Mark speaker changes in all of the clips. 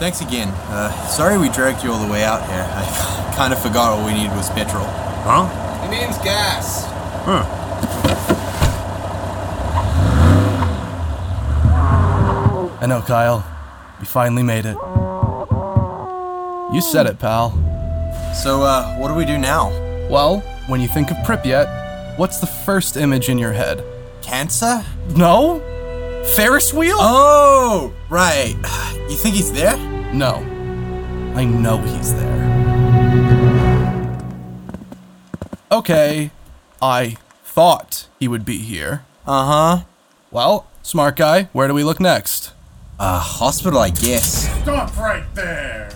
Speaker 1: Thanks again. Uh, sorry we dragged you all the way out here. I kind of forgot all we needed was petrol.
Speaker 2: Huh?
Speaker 3: It means gas.
Speaker 2: Huh.
Speaker 4: I know, Kyle. You finally made it. You said it, pal.
Speaker 1: So, uh, what do we do now?
Speaker 4: Well, when you think of Pripyat, what's the first image in your head?
Speaker 1: Cancer?
Speaker 4: No? Ferris wheel? Uh,
Speaker 1: Oh, right. You think he's there?
Speaker 4: No. I know he's there. Okay, I thought he would be here.
Speaker 1: Uh huh.
Speaker 4: Well, smart guy, where do we look next?
Speaker 1: Uh, hospital, I guess.
Speaker 2: Stop right there!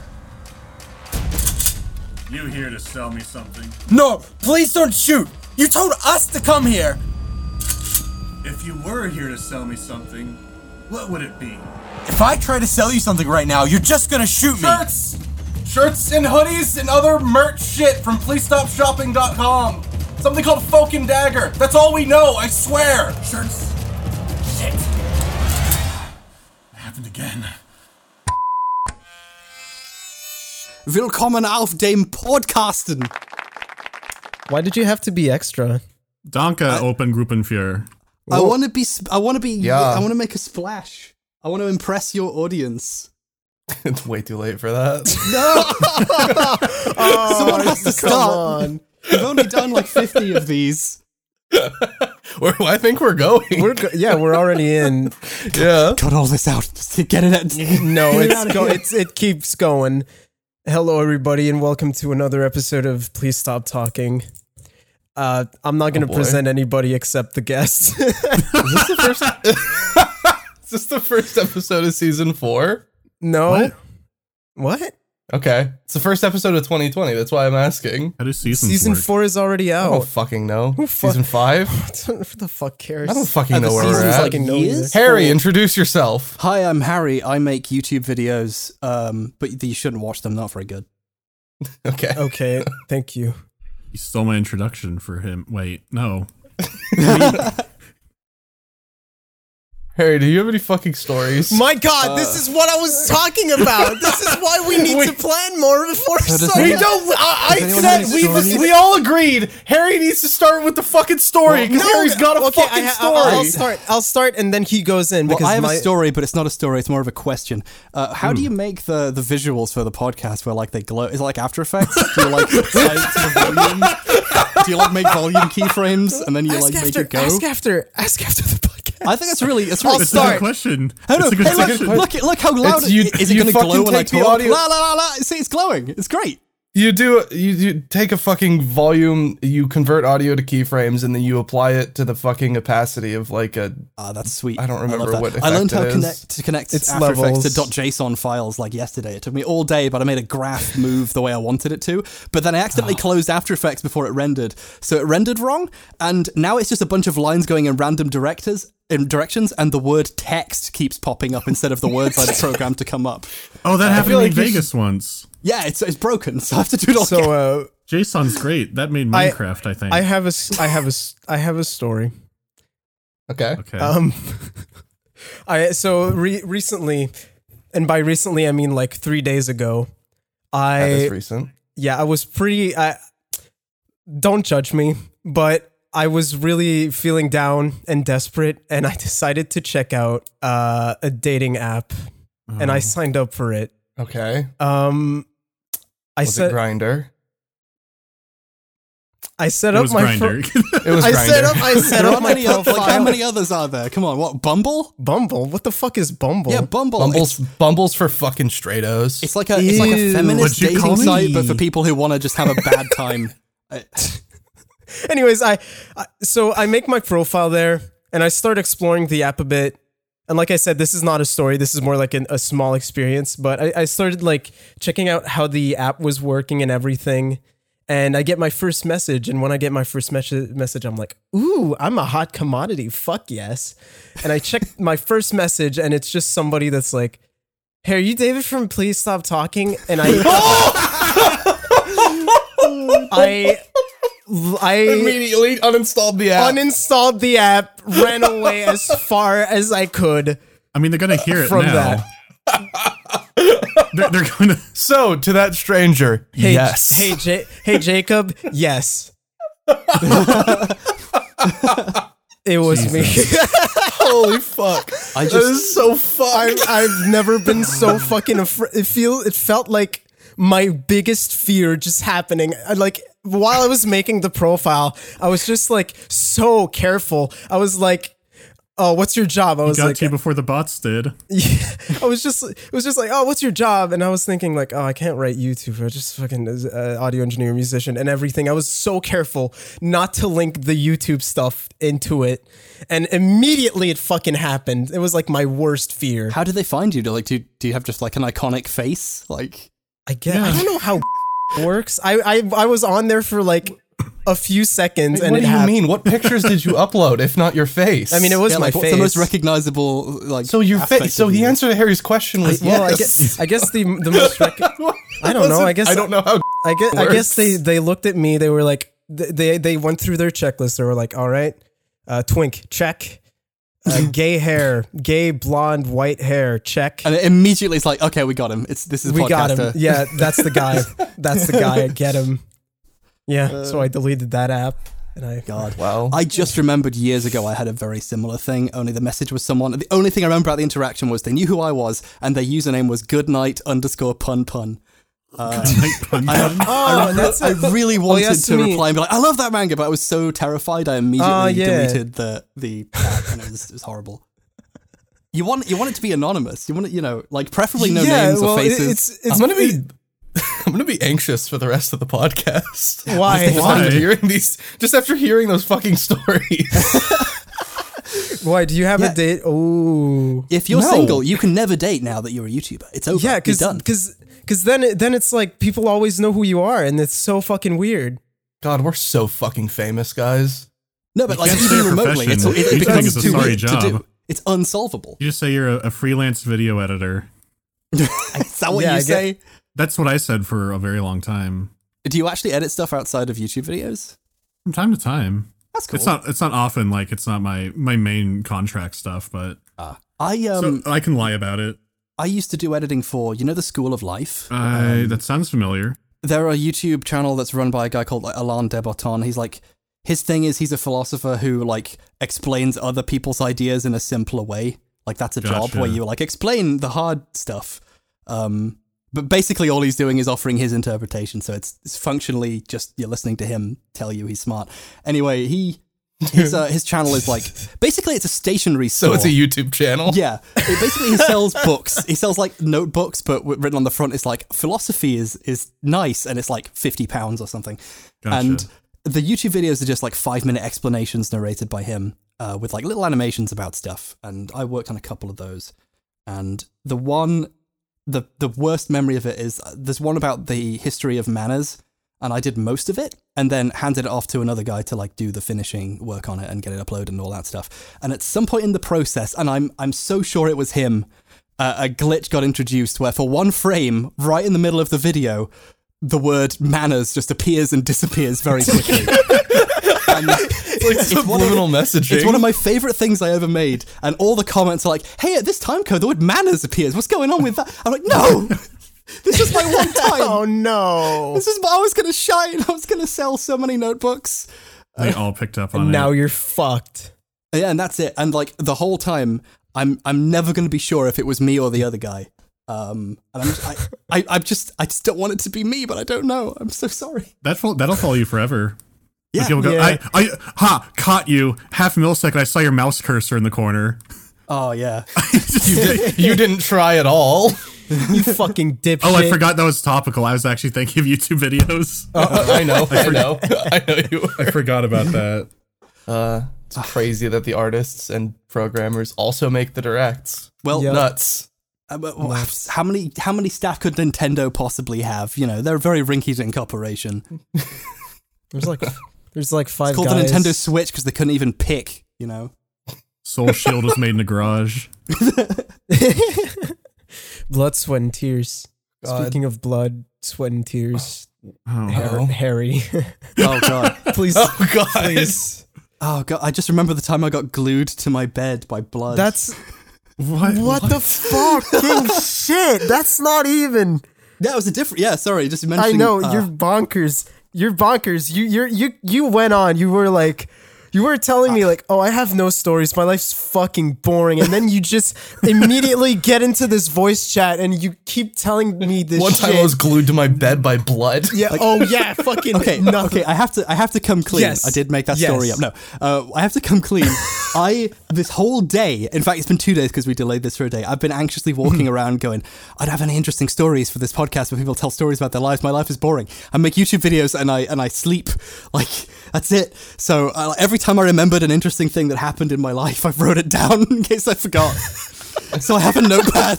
Speaker 2: You here to sell me something?
Speaker 1: No, please don't shoot! You told us to come here!
Speaker 2: If you were here to sell me something, what would it be?
Speaker 1: If I try to sell you something right now, you're just gonna shoot me.
Speaker 4: Shirts! Shirts and hoodies and other merch shit from PleaseStopShopping.com. Something called Folk and Dagger. That's all we know, I swear!
Speaker 2: Shirts! Shit! Happened again.
Speaker 5: Willkommen auf dem Podcasten.
Speaker 6: Why did you have to be extra?
Speaker 2: Donka open Gruppenführer.
Speaker 5: I want to be. sp- I want to be.
Speaker 6: Yeah.
Speaker 5: I want to make a splash. I want to impress your audience.
Speaker 6: it's way too late for that.
Speaker 5: Someone has to start.
Speaker 6: on.
Speaker 5: We've only done like fifty of these.
Speaker 6: Where I think we're going.
Speaker 7: We're go- yeah, we're already in.
Speaker 6: yeah.
Speaker 5: Cut all this out. Just to Get it out.
Speaker 7: No,
Speaker 5: Get it
Speaker 7: it's
Speaker 5: out of
Speaker 7: go-
Speaker 5: here.
Speaker 7: it's it keeps going. Hello, everybody, and welcome to another episode of Please Stop Talking. Uh, I'm not going to
Speaker 6: boy.
Speaker 7: present anybody except the guests.
Speaker 6: Is this the first episode of season four?
Speaker 7: no, what?
Speaker 6: Okay. It's the first episode of 2020. That's why I'm asking.
Speaker 2: How does season,
Speaker 7: Season
Speaker 2: work?
Speaker 7: four is already
Speaker 6: I don't
Speaker 7: out.
Speaker 6: fucking know.
Speaker 7: fu-
Speaker 6: season five?
Speaker 7: Who the fuck cares?
Speaker 6: I don't fucking
Speaker 5: Are the
Speaker 6: know where we're
Speaker 5: seasons
Speaker 6: at.
Speaker 5: like
Speaker 7: Fucking know
Speaker 5: years?
Speaker 7: either.
Speaker 6: Harry, introduce yourself.
Speaker 5: Hi, I'm Harry. I make YouTube videos, um, but you shouldn't watch them. Not very good.
Speaker 6: Okay.
Speaker 5: Oh.
Speaker 7: Okay, thank you.
Speaker 2: You stole my introduction for him. Wait, no.
Speaker 6: Harry, do you have any fucking stories?
Speaker 7: My God, this is what I was talking about. this is why Uh. we need to plan more before.
Speaker 6: we
Speaker 5: Yeah.
Speaker 6: don't. I, I
Speaker 5: anyone
Speaker 6: said
Speaker 5: have any
Speaker 6: we,
Speaker 5: stories?
Speaker 6: we all agreed. Harry needs to start with the fucking story because Harry's got a
Speaker 7: okay, I
Speaker 6: fucking
Speaker 7: ha-
Speaker 6: story.
Speaker 7: I'll, I'll start. I'll start, and then he goes in because
Speaker 5: Well, I have
Speaker 7: my-
Speaker 5: a story, but it's not a story. It's more of a question. Uh, how do you make the, the visuals for the podcast where like they glow? Is it like After Effects? do you like size the volume? Do you like make volume keyframes and then you
Speaker 7: Ask
Speaker 5: like make
Speaker 7: after,
Speaker 5: it go?
Speaker 7: ask after, ask after the podcast.
Speaker 5: I think that's really. It's really
Speaker 2: It's a good
Speaker 5: start.
Speaker 2: question.
Speaker 5: Oh, no.
Speaker 2: It's a good
Speaker 5: Hey, look,
Speaker 2: question.
Speaker 5: look, look how loud
Speaker 6: It's you-
Speaker 5: it is. Is it
Speaker 6: you
Speaker 5: going to
Speaker 6: fucking
Speaker 5: glow when I
Speaker 6: take the
Speaker 5: talk?
Speaker 6: audio-
Speaker 5: La, la, la, la. See, it's glowing. It's great.
Speaker 6: You do you, you take a fucking volume, you convert audio to keyframes, and then you apply it to the fucking opacity of like a.
Speaker 5: Ah, that's sweet.
Speaker 6: I don't remember
Speaker 5: love
Speaker 6: what
Speaker 5: that. I learned how
Speaker 6: effect it is.
Speaker 5: connect, to connect
Speaker 7: It's
Speaker 5: After Effects to
Speaker 7: levels.
Speaker 5: .json files like yesterday. It took me all day, but I made a graph move the way I wanted it to. But then I accidentally closed After Effects before it rendered, so it rendered wrong, and now it's just a bunch of lines going in random directors in directions, and the word text keeps popping up instead of the words I'd programmed to come up.
Speaker 2: Oh, that happened to me in
Speaker 7: like you
Speaker 2: Vegas once.
Speaker 5: Yeah, it's it's broken, so I have to do it all. again.
Speaker 7: so. Uh,
Speaker 2: JSON's great. That made
Speaker 7: I-
Speaker 2: Minecraft, I, think.
Speaker 7: I have a, s- I have a, s- I have a story.
Speaker 6: Okay.
Speaker 2: okay.
Speaker 7: Um, I so re- recently, and by recently I mean like three days ago.
Speaker 6: That is
Speaker 7: I
Speaker 6: recent.
Speaker 7: yeah, I was pretty. I don't judge me, but I was really feeling down and desperate, and I decided to check out uh, a dating app, and
Speaker 6: Mm.
Speaker 7: I signed up for it.
Speaker 6: Okay.
Speaker 7: Um, I
Speaker 6: Was
Speaker 7: set
Speaker 6: it Grinder?
Speaker 7: I set
Speaker 2: it
Speaker 7: up
Speaker 2: was
Speaker 7: my fir-
Speaker 2: grinder.
Speaker 6: It was
Speaker 7: I
Speaker 6: Grinder.
Speaker 7: set up I set
Speaker 5: There
Speaker 7: up
Speaker 5: aren't
Speaker 7: my
Speaker 5: many oth- like, how
Speaker 7: profile.
Speaker 5: many others are there? Come on, what Bumble?
Speaker 7: Bumble. What the fuck is Bumble?
Speaker 5: Yeah, Bumble. It's-
Speaker 6: Bumbles, Bumbles for fucking straightos.
Speaker 5: It's like a it's like a
Speaker 7: Ew.
Speaker 5: feminist
Speaker 2: What'd you
Speaker 5: dating
Speaker 2: call me?
Speaker 5: site, but for people who want to just have a bad time. Uh, I-
Speaker 7: Anyways, I, I so I make my profile there and I start exploring the app a bit. And like I said, this is not a story. This is more like an, a small experience. But I, I started like checking out how the app was working and everything. And I get my first message. And when I get my first mes- message, I'm like, ooh, I'm a hot commodity. Fuck yes. And I check my first message and it's just somebody that's like, hey, are you David from Please Stop Talking? And I. I. I
Speaker 6: immediately uninstalled the
Speaker 2: Uh,
Speaker 6: app.
Speaker 7: uninstalled the app, ran away as far as I could
Speaker 2: I mean, they're going to hear it
Speaker 7: from
Speaker 2: now.
Speaker 7: that.
Speaker 2: They're, they're going to.
Speaker 6: So to that stranger,
Speaker 7: Hey, J-
Speaker 6: yes.
Speaker 7: Hey, J- hey, Jacob. Yes. it was me.
Speaker 6: Holy fuck!
Speaker 5: I
Speaker 6: This
Speaker 5: just
Speaker 6: is so fucked.
Speaker 7: I've never been so fucking afraid. It feel it felt like my biggest fear just happening. I, like while I was making the profile, I was just like so careful. I was like, "Oh, what's your job?" I was
Speaker 2: Got
Speaker 7: like,
Speaker 2: to you before the bots did.
Speaker 7: I was just it was just like, oh, what's your job? And I was thinking like, oh, I can't write YouTuber, just fucking uh, audio engineer, musician, and everything. I was so careful not to link the YouTube stuff into it, and immediately it fucking happened. It was like my worst fear.
Speaker 5: How do they find you? Do like do do you have just like an iconic face? Like
Speaker 7: I guess I don't know how works. I, I I was on there for like a few seconds, and
Speaker 6: what
Speaker 7: it
Speaker 6: do you
Speaker 7: happened.
Speaker 6: mean? What pictures did you upload if not your face?
Speaker 7: I mean, it was
Speaker 5: yeah,
Speaker 7: my
Speaker 5: like
Speaker 7: face.
Speaker 5: what's the most recognizable like
Speaker 6: so your
Speaker 5: aspect
Speaker 6: face. So
Speaker 5: of
Speaker 6: the
Speaker 5: you?
Speaker 6: answer to Harry's question was
Speaker 7: well, I
Speaker 6: yes.
Speaker 7: guess I guess the the most. Rec- I don't know. I guess
Speaker 6: I don't know how.
Speaker 7: I guess, I guess
Speaker 6: works.
Speaker 7: they, they looked at me. They were like, th- they they went through their checklist. They were like, all right, uh, twink, check. Uh, gay hair, gay blonde, white hair, check.
Speaker 5: And it immediately it's like, okay, we got him. It's this is
Speaker 7: We
Speaker 5: podcaster.
Speaker 7: got him. Yeah, that's the guy. that's the guy. Get him. Yeah. so I deleted that app, and I
Speaker 5: Uh, God.
Speaker 6: Wow.
Speaker 5: I just remembered years ago I had a very similar thing, only the message was someone. The only thing I remember about the interaction was they knew who I was and their username was goodnight underscore pun pun.
Speaker 7: Oh, and that's
Speaker 5: I
Speaker 7: it.
Speaker 5: really wanted
Speaker 7: yes,
Speaker 5: to
Speaker 7: me.
Speaker 5: reply and be like, I love that manga, but I was so terrified I immediately
Speaker 7: Oh, yeah.
Speaker 5: deleted the the app, and it was, it was horrible. You want you want it to be anonymous. You want it, you know, like preferably no
Speaker 7: yeah,
Speaker 5: names
Speaker 7: well,
Speaker 5: or
Speaker 7: it-
Speaker 5: faces.
Speaker 7: It's it's
Speaker 6: I'm gonna be. I'm gonna be anxious for the rest of the podcast.
Speaker 7: why
Speaker 6: After
Speaker 7: why
Speaker 6: hearing these, just after hearing those fucking stories,
Speaker 7: why do you have
Speaker 5: Yeah.
Speaker 7: a date? Oh.
Speaker 5: if you're
Speaker 6: No.
Speaker 5: single, you can never date now that you're a YouTuber. It's over.
Speaker 7: Yeah,
Speaker 5: You're
Speaker 7: because
Speaker 5: done.
Speaker 7: because then it, then it's like people always know who you are, and it's so fucking weird.
Speaker 6: God, we're so fucking famous, guys.
Speaker 5: No, but like
Speaker 2: can't
Speaker 5: even
Speaker 2: stay a
Speaker 5: remotely, it's,
Speaker 2: profession.
Speaker 5: it,
Speaker 2: You
Speaker 5: it
Speaker 2: think
Speaker 5: becomes
Speaker 2: it's a
Speaker 5: too
Speaker 2: sorry
Speaker 5: weird to do.
Speaker 2: job.
Speaker 5: It's unsolvable.
Speaker 2: You just say you're a, a freelance video editor.
Speaker 5: Is that what
Speaker 7: Yeah,
Speaker 5: you
Speaker 7: I get-
Speaker 5: say?
Speaker 2: That's what I said for a very long time.
Speaker 5: Do you actually edit stuff outside of YouTube videos?
Speaker 2: From time to time.
Speaker 5: That's cool.
Speaker 2: It's not. It's not often. Like it's not my my main contract stuff, but
Speaker 5: I um
Speaker 2: so I can lie about it.
Speaker 5: I used to do editing for you know the School of Life.
Speaker 2: I that sounds familiar.
Speaker 5: there are a YouTube channel that's run by a guy called like, Alain Debotton. He's like his thing is he's a philosopher who like explains other people's ideas in a simpler way. Like that's a job
Speaker 2: Gotcha.
Speaker 5: where you like explain the hard stuff. Um, but basically all he's doing is offering his interpretation. So it's, it's functionally just you're listening to him tell you he's smart. Anyway, he his uh, his channel is like basically it's a stationary
Speaker 6: So
Speaker 5: store.
Speaker 6: Oh, it's a YouTube channel.
Speaker 5: Yeah, It- basically he sells books. He sells like notebooks, but w- written on the front is like philosophy is is nice, and it's like fifty pounds or something.
Speaker 2: Gotcha.
Speaker 5: And the YouTube videos are just like five minute explanations narrated by him, uh, with like little animations about stuff. And I worked on a couple of those, and the one, the the worst memory of it is uh, there's one about the history of manners. And I did most of it and then handed it off to another guy to like do the finishing work on it and get it uploaded and all that stuff. And at some point in the process, and I'm I'm so sure it was him, uh, a glitch got introduced where for one frame, right in the middle of the video, the word manners just appears and disappears very quickly. And
Speaker 6: It's
Speaker 5: it's one of-
Speaker 6: subliminal messaging.
Speaker 5: it's one of my favorite things I ever made, and all the comments are like, "Hey, at this time code, the word manners appears. What's going on with that?" I'm like, "No, this is my one time.
Speaker 7: Oh no!
Speaker 5: This is what I was gonna shine. I was gonna sell so many notebooks."
Speaker 2: they all picked up on
Speaker 7: Now
Speaker 2: it.
Speaker 7: you're fucked.
Speaker 5: Yeah, and that's it. And like the whole time, I'm I'm never gonna be sure if it was me or the other guy. Um, and I'm I, I I'm just I just don't want it to be me, but I don't know. I'm so sorry.
Speaker 2: That fol- that'll follow you forever.
Speaker 5: Yeah,
Speaker 2: People go,
Speaker 7: Yeah.
Speaker 2: I, I, ha, caught you. Half a millisecond. I saw your mouse cursor in the corner.
Speaker 5: Oh yeah.
Speaker 6: you, did, you didn't try at all.
Speaker 7: You fucking dipshit.
Speaker 2: Oh, I forgot that was topical. I was actually thinking of YouTube videos.
Speaker 7: Oh,
Speaker 6: I know. I know. I know you.
Speaker 2: I forgot about that.
Speaker 6: Uh, it's crazy that the artists and programmers also make the directs.
Speaker 5: Well,
Speaker 7: Yeah.
Speaker 6: Nuts.
Speaker 5: Uh, but- well, How many how many staff could Nintendo possibly have? You know, they're a very rinky-dink corporation.
Speaker 7: There's like there's like five
Speaker 5: It's called
Speaker 7: guys.
Speaker 5: the Nintendo Switch because they couldn't even pick. You know,
Speaker 2: Soul Shield was made in the garage.
Speaker 7: blood, sweat, and tears.
Speaker 6: God.
Speaker 7: Speaking of blood, sweat, and tears,
Speaker 2: Oh,
Speaker 7: Har- Harry,
Speaker 5: oh god,
Speaker 7: please,
Speaker 6: Oh God.
Speaker 7: please.
Speaker 5: oh god! I just remember the time I got glued to my bed by blood.
Speaker 7: That's
Speaker 2: What?
Speaker 3: What the fucking shit? That's not even.
Speaker 5: That was a different. Yeah, sorry, just
Speaker 3: I
Speaker 5: mentioning.
Speaker 3: know
Speaker 5: uh,
Speaker 3: you're bonkers. You're bonkers. You you you you went on. You were like. You were telling me like, oh, I have no stories. My life's fucking boring. And then you just immediately get into this voice chat and you keep telling me this
Speaker 6: One
Speaker 3: shit.
Speaker 6: time I was glued to my bed by blood.
Speaker 3: yeah. oh yeah. Fucking
Speaker 5: okay,
Speaker 3: nothing.
Speaker 5: okay. I have to. I have to come clean.
Speaker 7: Yes.
Speaker 5: I did make that
Speaker 7: Yes.
Speaker 5: story up. No, uh, I have to come clean. I this whole day. In fact, it's been two days because we delayed this for a day. I've been anxiously walking around, going, "I'd have any interesting stories for this podcast where people tell stories about their lives. My life is boring. I make YouTube videos and I and I sleep. Like that's it. So uh, every time I remembered an interesting thing that happened in my life, I wrote it down in case I forgot. so I have a notepad,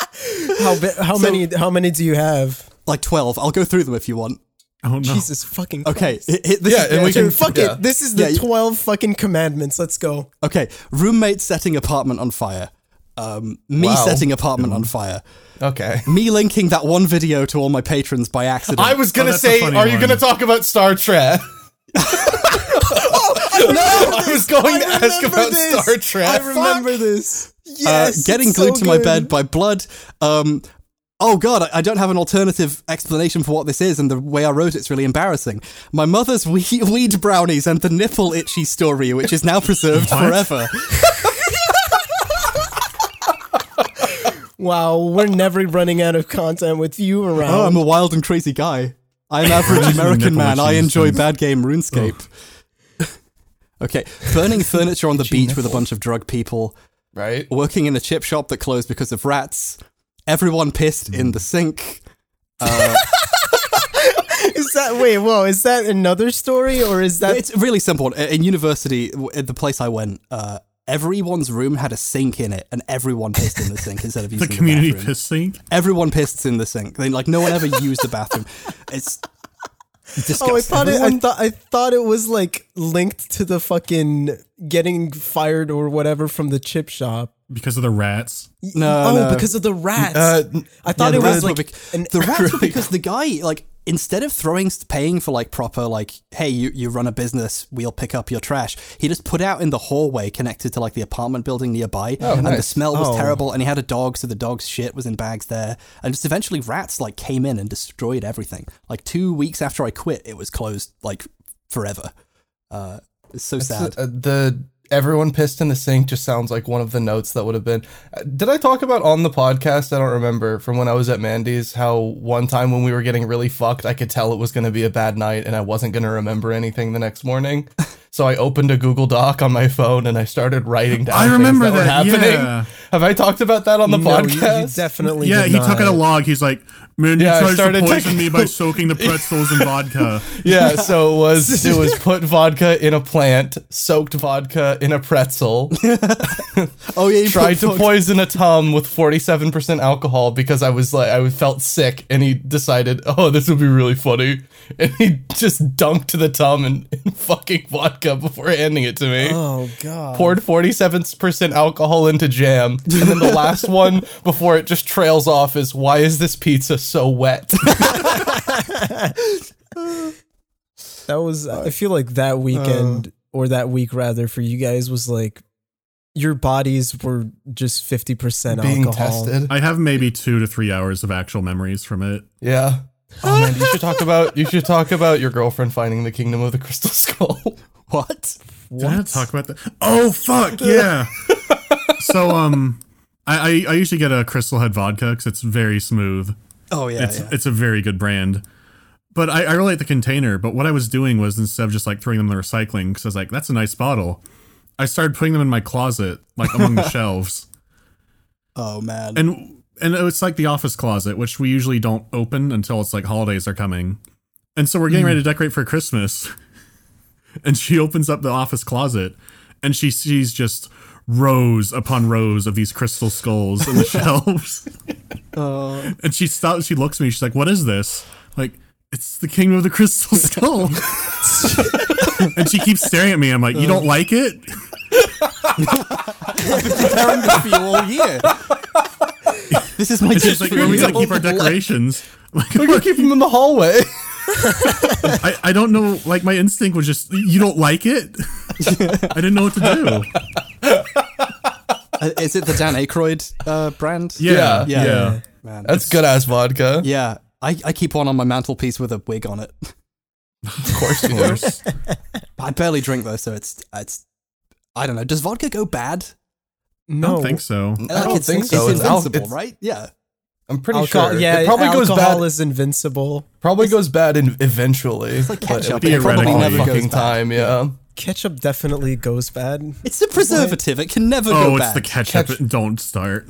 Speaker 7: How ba- how many how many do you have?
Speaker 5: like twelve. I'll go through them if you want.
Speaker 2: Oh no.
Speaker 7: Jesus fucking.
Speaker 5: Okay.
Speaker 7: Christ.
Speaker 5: It, it- this
Speaker 6: Yeah,
Speaker 5: is-
Speaker 6: and we
Speaker 7: Dude,
Speaker 6: can-
Speaker 7: fuck
Speaker 6: yeah.
Speaker 7: it. This is the
Speaker 5: Yeah, you-
Speaker 7: twelve fucking commandments. Let's go.
Speaker 5: Okay, roommate setting apartment on fire. Um, me
Speaker 6: Wow.
Speaker 5: setting apartment on fire.
Speaker 6: Okay.
Speaker 5: Me linking that one video to all my patrons by accident. Uh,
Speaker 6: I was gonna
Speaker 2: that's a
Speaker 6: say, are
Speaker 2: funny
Speaker 6: you
Speaker 2: one.
Speaker 6: gonna talk about Star Trek? no, I was going to ask about
Speaker 7: this.
Speaker 6: Star Trek.
Speaker 7: I remember this.
Speaker 5: uh,
Speaker 7: Yes.
Speaker 5: getting
Speaker 7: it's
Speaker 5: glued
Speaker 7: so
Speaker 5: to my
Speaker 7: good.
Speaker 5: bed by blood. Um, oh god, I, I don't have an alternative explanation for what this is, and the way I wrote it's really embarrassing. My mother's wee- weed brownies and the nipple itchy story, which is now preserved forever.
Speaker 7: Wow, we're never running out of content with you around.
Speaker 5: Oh, I'm a wild and crazy guy. I'm average
Speaker 2: Imagine the
Speaker 5: American
Speaker 2: nipple
Speaker 5: man. I
Speaker 2: machines
Speaker 5: enjoy
Speaker 2: things.
Speaker 5: bad game RuneScape. okay, burning furniture on the beach with a bunch of drug people,
Speaker 6: Right?
Speaker 5: working in a chip shop that closed because of rats, everyone pissed in the sink.
Speaker 7: is that wait? Whoa, is that another story or is that
Speaker 5: It's really simple. In in university, w- at the place I went, uh, everyone's room had a sink in it, and everyone pissed in the sink instead of
Speaker 2: the
Speaker 5: using the,
Speaker 2: community
Speaker 5: bathroom.
Speaker 2: piss sink.
Speaker 5: Everyone pissed in the sink. They like no one ever used the bathroom. It's disgusting.
Speaker 7: Oh, I thought it, I
Speaker 5: Everyone-
Speaker 7: thought I thought it was like linked to the fucking getting fired or whatever from the chip shop.
Speaker 2: Because of the rats.
Speaker 5: no,
Speaker 7: oh,
Speaker 5: no.
Speaker 7: because of the rats.
Speaker 6: Uh,
Speaker 7: I thought
Speaker 5: Yeah,
Speaker 7: it
Speaker 5: the rats
Speaker 7: was like
Speaker 5: were bec-
Speaker 7: an
Speaker 5: the rats were because the guy like instead of throwing paying for like proper like hey you, you run a business we'll pick up your trash he just put out in the hallway connected to like the apartment building nearby and the
Speaker 6: nice.
Speaker 5: smell was
Speaker 7: Oh.
Speaker 5: terrible and he had a dog so the dog's shit was in bags there and just eventually rats like came in and destroyed everything like two weeks after i quit it was closed like forever uh it's so sad
Speaker 6: Uh, the everyone pissed in the sink just sounds like one of the notes that would have been. Uh, Did I talk about on the podcast? I don't remember from when I was at Mandy's how one time when we were getting really fucked, I could tell it was going to be a bad night and I wasn't going to remember anything the next morning. so I opened a Google Doc on my phone and I started writing down.
Speaker 2: I
Speaker 6: things
Speaker 2: remember
Speaker 6: were
Speaker 2: that,
Speaker 6: happening.
Speaker 2: yeah.
Speaker 6: Have I talked about that on the
Speaker 7: no, you, you
Speaker 6: podcast?
Speaker 7: definitely.
Speaker 2: yeah,
Speaker 7: did
Speaker 2: he took
Speaker 7: not.
Speaker 2: out a log. He's like, man,
Speaker 6: Yeah, I
Speaker 2: you tries to
Speaker 6: started
Speaker 2: poison
Speaker 6: taking-
Speaker 2: me by soaking the pretzels in vodka.
Speaker 6: yeah, so it was it was put vodka in a plant, soaked vodka in a pretzel,
Speaker 5: oh yeah you
Speaker 6: tried
Speaker 5: put
Speaker 6: to
Speaker 5: fuck-
Speaker 6: poison a tum with 47% alcohol because I was like I felt sick and he decided, "Oh, this would be really funny." And he just dunked the tum in, in fucking vodka before handing it to me.
Speaker 7: Oh god.
Speaker 6: Poured 47% alcohol into jam. And then the last one before it just trails off is why is this pizza so wet?
Speaker 7: That was. I feel like that weekend or that week rather for you guys was like your bodies were just fifty percent
Speaker 6: Being
Speaker 7: alcohol.
Speaker 6: tested.
Speaker 2: I have maybe two to three hours of actual memories from it.
Speaker 6: Yeah. Oh man, you should talk about you should talk about your girlfriend finding the kingdom of the crystal skull.
Speaker 5: what
Speaker 2: Did I not talk about that? Oh fuck yeah! so um, I, I I usually get a Crystal Head vodka because it's very smooth.
Speaker 5: oh yeah,
Speaker 2: it's
Speaker 5: yeah.
Speaker 2: it's a very good brand. But I, I really like the container. But what I was doing was instead of just like throwing them in the recycling, because I was like, that's a nice bottle. I started putting them in my closet, like among the shelves,
Speaker 5: oh man
Speaker 2: and and it's like the office closet, which we usually don't open until it's like holidays are coming, and so we're getting ready to decorate for Christmas. And she opens up the office closet, and she sees just rows upon rows of these crystal skulls in the shelves. And she stops. She looks at me. She's like, "What is this?" I'm like, it's the Kingdom of the Crystal Skull. and she keeps staring at me. I'm like, "You don't like it?"
Speaker 5: preparing this for you all year this is my
Speaker 2: And she's
Speaker 5: gift
Speaker 2: like,
Speaker 5: for
Speaker 2: "Where we
Speaker 5: you.
Speaker 2: gotta keep our decorations?" I'm like,
Speaker 6: We're gonna keep him in the hallway.
Speaker 2: I, I don't know. Like my instinct was just, "You don't like it." I didn't know what to do.
Speaker 5: Uh, Is it the Dan Aykroyd uh, brand?
Speaker 2: Yeah,
Speaker 6: Yeah.
Speaker 2: yeah.
Speaker 5: Yeah. Man,
Speaker 6: That's
Speaker 5: it's-
Speaker 6: good ass vodka.
Speaker 5: Yeah, I, I keep one on my mantelpiece with a wig on it.
Speaker 6: Of course you do.
Speaker 5: I barely drink though, so it's it's. I don't know. Does vodka go bad?
Speaker 2: I
Speaker 7: No,
Speaker 2: don't think so.
Speaker 6: I don't
Speaker 5: it's,
Speaker 6: think
Speaker 5: it's
Speaker 6: so. It's al-
Speaker 5: invincible,
Speaker 6: it's-
Speaker 5: right? Yeah.
Speaker 6: I'm pretty
Speaker 3: Alcohol,
Speaker 6: sure.
Speaker 3: yeah,
Speaker 6: it probably goes
Speaker 3: alcohol
Speaker 6: bad.
Speaker 3: is invincible.
Speaker 6: probably goes bad in, eventually.
Speaker 5: like
Speaker 6: but
Speaker 5: ketchup,
Speaker 6: it'll
Speaker 2: it probably
Speaker 6: take a
Speaker 2: never
Speaker 6: long
Speaker 5: goes
Speaker 6: fucking
Speaker 5: bad.
Speaker 6: time. Yeah.
Speaker 3: Ketchup definitely goes bad.
Speaker 5: It's a preservative. It can never
Speaker 2: Oh,
Speaker 5: go
Speaker 2: it's
Speaker 5: bad.
Speaker 2: the ketchup.
Speaker 6: Ketchup.
Speaker 2: Don't start.